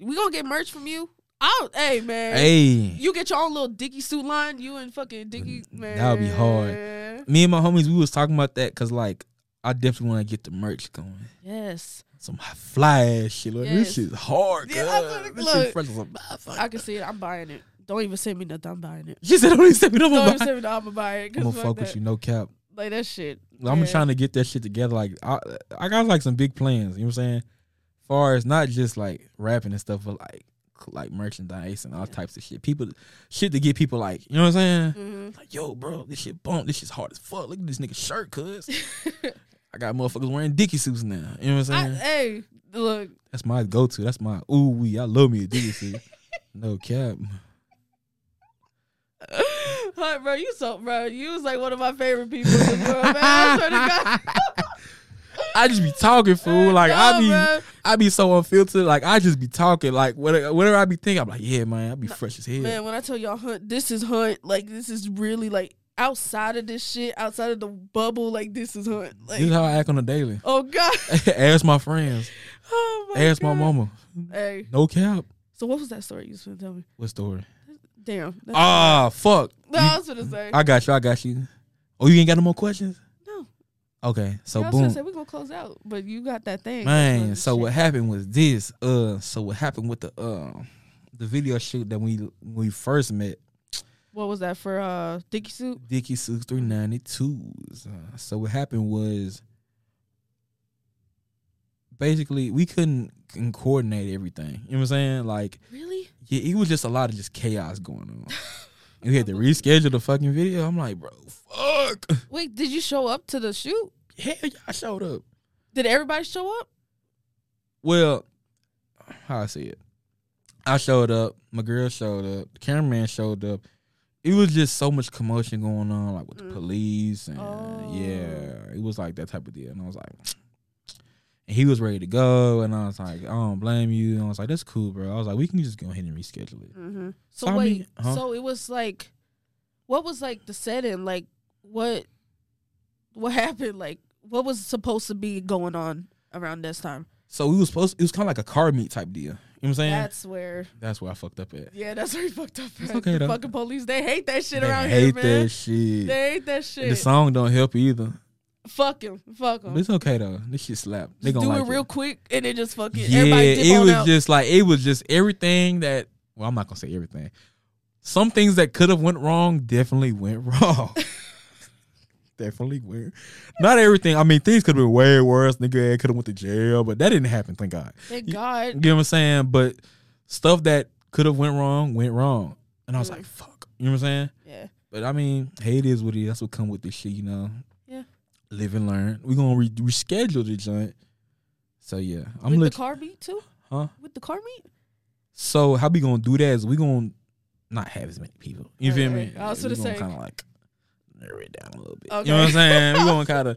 we gonna get merch from you. Out, hey man.
Hey,
You get your own little Dicky suit line. You and fucking Dicky man.
That would be hard. me and my homies, we was talking about that because like I definitely want to get the merch going.
Yes,
Some fly ass shit. Like, This
Yes.
shit's hard.
Yeah,
Yeah,
I was like,
this
look.
shit fresh as a motherfucker.
I can see it. I'm buying it. Don't even send me nothing. I'm buying it.
She said, "Don't even send me no more.
Don't even
I'm
send me nothing. I'm gonna buy it.
gonna
'cause
fuck
fuck
with
that.
you, no cap.
Like that shit.
I'm
Yeah.
trying to get that shit together. Like I, I got like some big plans. You know what I'm saying? Far as not just like rapping and stuff, but like like merchandise and all types of shit. People, shit to get people like you know what I'm saying?
Mhm.
Like yo, bro, this shit bump. This shit's hard as fuck. Look at this nigga shirt, cuz. I got motherfuckers wearing Dickie suits now. You know what
I,
I'm saying?
hey, look.
That's my go to. That's my ooh wee. I love me a Dickie suit. no cap.
Hunt, bro, you so bro, you was like one of my favorite people in the world, man. I swear to God.
I just be talking fool. Like I
Nah,
be,
bruh.
I be so unfiltered. Like I just be talking. Like whatever, whatever I be thinking, I'm like, yeah, man, I be fresh as hell.
Man, when I tell y'all Hunt, this is Hunt. Like this is really like outside of this shit, outside of the bubble, like this is Hunt. Like
this is how I act on a daily.
Oh God.
Ask my friends.
Oh my
Ask
God.
my mama.
Hey.
No cap.
So what was that story you was gonna tell me?
What story?
Damn. That's,
Ah, fuck.
no, I was gonna say.
I got you. I got you. Oh, you ain't got no more questions?
no.
Okay. So
I was gonna
boom.
say we're gonna close out, but you got that thing.
Man,
That's
so
shit.
what happened was this. Uh, so what happened with the uh, the video shoot that we we first met,
what was that for uh Dicky Suit?
Dickie Six three ninety twos. Uh, so what happened was basically we couldn't couldn't coordinate everything. You know what I'm saying? Like
Really?
yeah, it was just a lot of just chaos going on. and we had to reschedule the fucking video. I'm like, bro, fuck.
Wait, did you show up to the shoot?
Hell yeah, I showed up.
Did everybody show up?
Well, how I see it. I showed up, my girl showed up, the cameraman showed up. It was just so much commotion going on, like with the
Mm.
police and
Oh.
yeah. It was like that type of deal. And I was like, And he was ready to go, and I was like, I don't blame you. And I was like, that's cool, bro. I was like, we can just go ahead and reschedule it.
Mm-hmm. So
So, I
wait,
mean, huh?
so it was like, what was like the setting? Like what, what happened? Like what was supposed to be going on around this time?
So we was supposed. It was kind of like a car meet type deal. You know what I'm saying?
That's where,
That's where I fucked up at.
yeah, that's where he fucked up.
It's
at.
okay,
the
though.
fucking police, they hate that shit
They
around
hate
here, man.
that shit.
They hate that
And the
shit.
song don't help either.
Fuck him, fuck
But
him.
it's okay though. This shit slap. They
Just
gonna
do
like
it real quick, and then just fucking
Yeah,
everybody dip
it
on
was
out.
just like it was just everything that. Well, I'm not gonna say everything. Some things that could have went wrong definitely went wrong. definitely went. Not everything. I mean, things could have been way worse. Nigga could have went to jail, but that didn't happen. Thank God.
Thank
you-
God.
You know what I'm saying? But stuff that could have went wrong went wrong, and I was like, "Fuck," you know what I'm saying?
Yeah.
But I mean, hey, it is what it is. That's what come with this shit, you know.
Yeah.
Live and learn. We're gonna re- reschedule the joint. So yeah, I'm
With
lit-
the car meet too?
Huh?
With the car meet?
So how we gonna do that is we gonna not have as many people. You
Right,
feel
right.
me?
I was
we
gonna say-
kind of like narrow it down a little bit.
Okay.
You know what I'm saying? we gonna kind of.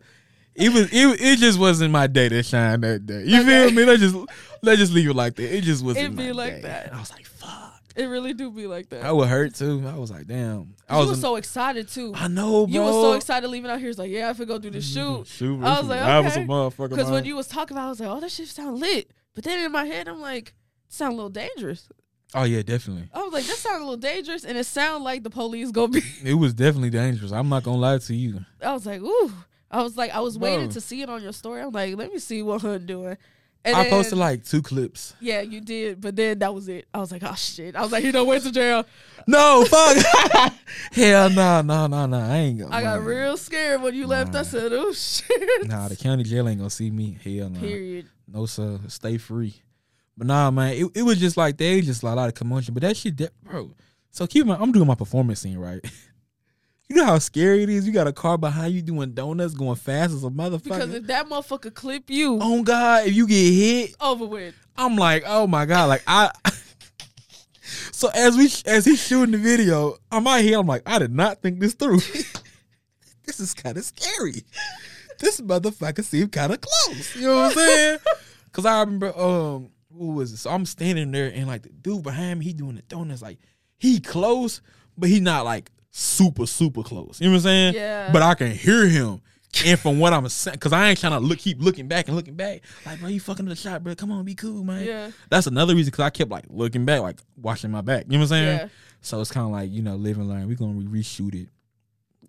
It was it, it just wasn't my day to shine that day. You feel
Okay.
me? Let's just let's just leave it like that. It just wasn't.
It'd be
my
like
day.
that.
And I was like, fuck.
It really do be like that.
I would hurt too. I was like, damn. I
you
was.
were
in-
so excited too.
I know, Mm-hmm. bro.
You were so excited leaving out here. It's like, yeah, I could go do the shoot.
Shoot,
I was like,
I was
okay.
a motherfucker.
Because
man.
when you was talking about, it, I was like, oh, that shit sound lit. But then in my head, I'm like, it sound a little dangerous.
oh yeah, definitely.
I was like, that sound a little dangerous, and it sound like the police go be.
It was definitely dangerous. I'm not gonna lie to you.
I was like, ooh. I was like, I was
Bro.
waiting to see it on your story. I'm like, let me see what hun doing. And
I
then-
posted like two clips.
yeah, you did, but then that was it. I was like, oh shit. I was like, he done went to jail.
No, fuck. Hell no, no, no, no. I ain't gonna.
I got
man.
real scared when you left. I
Nah.
said, oh shit.
Nah, the county jail ain't gonna see me. Hell no.
Period.
No sir, stay free. But nah, man, it, it was just like they just like, a lot of commotion. But that shit, that, bro. So keep in mind, I'm doing my performance scene right. you know how scary it is. You got a car behind you doing donuts, going fast as a motherfucker.
Because if that motherfucker clip you,
oh God, if you get hit,
over with.
I'm like, oh my god, like I. so as we as he's shooting the video, I'm out here. I'm like, I did not think this through. this is kind of scary. This motherfucker seemed kind of close. You know what I'm saying? Because I remember, um, who was it? So I'm standing there, and like the dude behind me, he doing the donuts. Like he close, but he not like super super close. You know what I'm saying?
Yeah.
But I can hear him. And from what I'm saying, because I ain't trying to look, keep looking back and looking back. Like, bro, you fucking up the shot, bro. Come on, be cool, man.
Yeah.
That's another reason because I kept like looking back, like watching my back. You know what I'm saying?
Yeah.
So it's kind of like you know, live and learn. We're gonna re- reshoot it.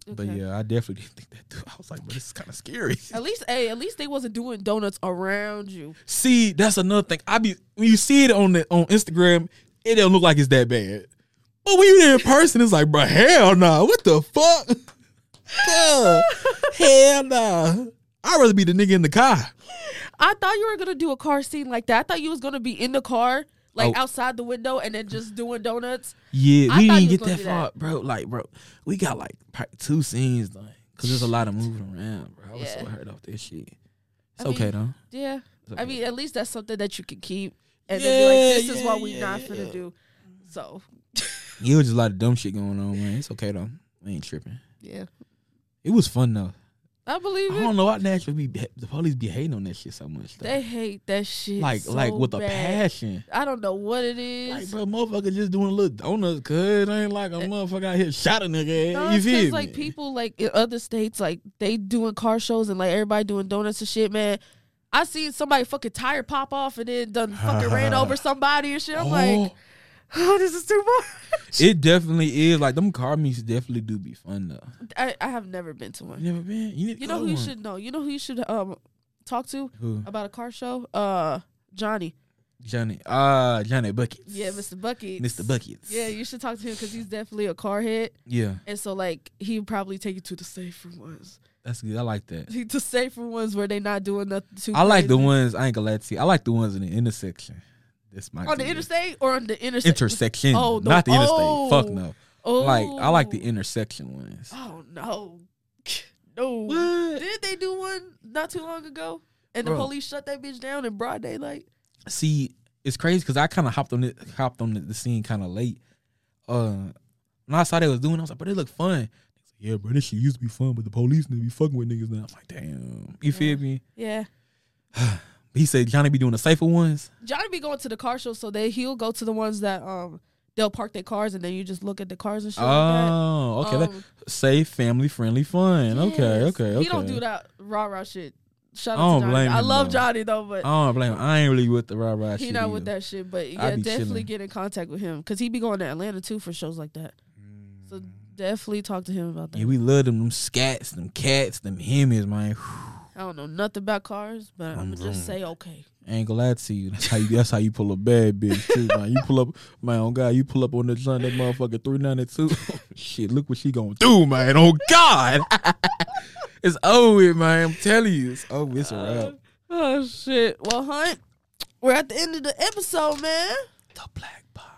But
Okay.
yeah, I definitely didn't think that. Through. I was like, but this is kind of scary.
At least, hey, at least they wasn't doing donuts around you.
see, that's another thing. I be when you see it on the on Instagram, it don't look like it's that bad. But when you there in person, it's like, bro, hell nah. What the fuck? Hell, hell nah. I'd rather be the nigga in the car.
I thought you were gonna do a car scene like that. I thought you was gonna be in the car, like
Oh.
outside the window, and then just doing donuts.
Yeah,
I
we
thought
didn't
you was
get
gonna
that
do
far,
that.
bro. Like, bro, we got like probably two scenes done because there's a lot of moving around, bro. I was so
Yeah.
hurt off this shit. It's
I mean,
okay though.
Yeah,
It's
I
okay.
mean, at least that's something that you can keep, and then be like, this
Yeah,
is
yeah,
what we
yeah,
not
yeah,
gonna
yeah.
do. So,
yeah, it was just a lot of dumb shit going on, man. It's okay though. I ain't tripping.
yeah,
It was fun though.
I believe
I
it.
don't know why Nashville be the police be hating on that shit so much though.
They hate that shit.
like,
so
like with a
bad.
passion.
I don't know what it is. Eh,
Like, bro, motherfucker just doing a little donuts, cuz it ain't like a motherfucker out here shot a nigga.
No, it's
you
'cause,
feel me?
like people like in other states, like they doing car shows and like everybody doing donuts and shit, man. I seen somebody fucking tire pop off and then done fucking ran over somebody and shit. I'm like,
Oh.
oh, this is too much.
it definitely is. Like, them car meets definitely do be fun though.
I, I have never been to one.
You never been? You, need to
You know
go
who you
one.
should know. You know who you should um talk to
Who?
about a car show. Uh, Johnny.
Johnny. Ah, Johnny Buckets.
Yeah, Mr. Bucket.
Mr. Buckets.
Yeah, you should talk to him because he's definitely a car head,
Yeah,
and so like he would probably take you to the safer ones,
that's good. I like that.
the safer ones where they not doing nothing too.
I like the
crazy.
ones I ain't gonna lie to you. I like the ones in the intersection. That's my
on Oh, the
deal.
interstate or on the interstate?
intersection.
Oh, the-
not the interstate.
oh.
Fuck no.
Oh,
Like I like the intersection ones.
Oh no, no.
What?
Did they do one not too long ago? And the
Bruh.
police shut that bitch down in broad daylight.
See, it's crazy because I kind of hopped on it, hopped on the, the scene kind of late. Uh, when I saw they was doing, I was like, but it looked fun. Yeah, bro, this shit used to be fun, but the police need to be fucking with niggas now. I'm like, damn, you feel me?
Yeah,
He said Johnny be doing the safer ones.
Johnny be going to the car show, so they he'll go to the ones that um they'll park their cars and then you just look at the cars and shit. like
Oh, okay.
Um,
that, safe, family friendly fun.
that.
Okay,
Yes.
okay, okay.
He don't do that rah rah shit. Shout
I
out
don't
to Johnny.
blame
I
him,
love
though.
Johnny though, but
I don't blame him. I ain't really with the rah rah shit.
he not with
either.
that shit. But yeah,
be
definitely
chilling.
get in contact with him because he be going to Atlanta too for shows like that. So
Mm.
definitely talk to him about that.
Yeah, we love them, them scats, them cats, them hymns, man.
I don't know nothing about cars, but I'm gonna
vroom.
just say okay.
I ain't gonna lie to you. That's how you. That's how you pull a bad bitch too, man. You pull up, man. Oh God, you pull up on the joint, that motherfucker three ninety two. Shit, look what she gonna do, man. Oh God, it's over, man. I'm telling you, it's over. It's a wrap.
Oh shit. Well, Hunt, we're at the end of the episode, man.
The black box.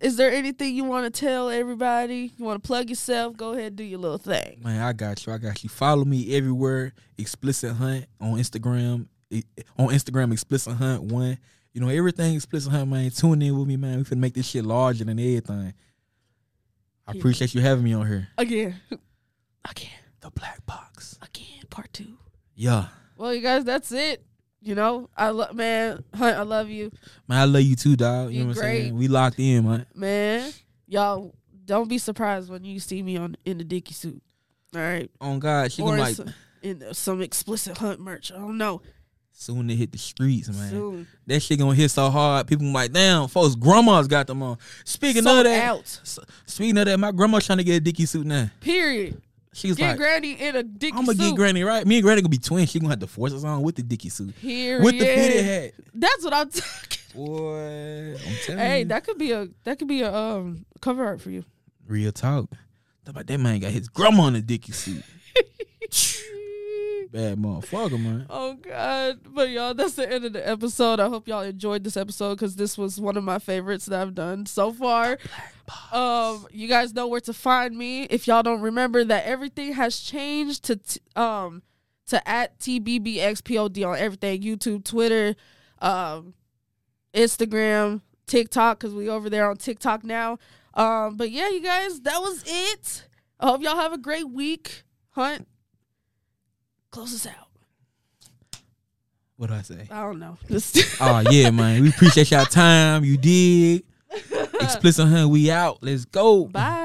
Is there anything you want to tell everybody? You want to plug yourself? Go ahead, do your little thing.
Man, I got you. I got you. Follow me everywhere. Explicit Hunt on Instagram. eh, On Instagram, Explicit Hunt one. You know everything Explicit Hunt, man. Tune in with me, man. We finna make this shit larger than everything. I
Yeah.
appreciate you having me on here.
Again, again,
The black box.
again. Part two.
Yeah.
Well, you guys, that's it. You know, I love man, Hunt. I love you,
Man, I love you too, dog. You
You
know what I'm
great.
saying? We locked in, man.
man. Y'all don't be surprised when you see me on in the dicky suit. All right,
On God, she
or
gonna
in
like
some, in some explicit Hunt merch. I don't know.
soon to hit the streets, man.
Soon.
That shit gonna hit so hard. People like, damn, folks, grandma's got them on. Speaking
Sold
of that,
out.
s- speaking of that, my grandma trying to get a dicky suit now.
Period.
She's
Get
like,
Granny in a dicky
I'm gonna
suit.
get granny right. Me and granny gonna be twins. She gonna have to force us on with the dicky suit,
Period.
with the fitted hat.
That's what I'm talking.
Boy, I'm telling
Hey,
you,
that could be a that could be a um cover art for you.
real talk. Talk About that man got his grandma in a dicky suit. Bad motherfucker, man.
Oh God! But y'all, that's the end of the episode. I hope y'all enjoyed this episode because this was one of my favorites that I've done so far. Um, you guys know where to find me. If y'all don't remember that everything has changed to t- um to at tbbxpod on everything YouTube, Twitter, um, Instagram, TikTok because we over there on TikTok now. Um, but yeah, you guys, that was it. I hope y'all have a great week. Hunt, close us out.
What do I say?
I don't know. Just-
Oh yeah, man. We appreciate y'all time. You dig? Explicit hunt. We out. Let's go.
Bye.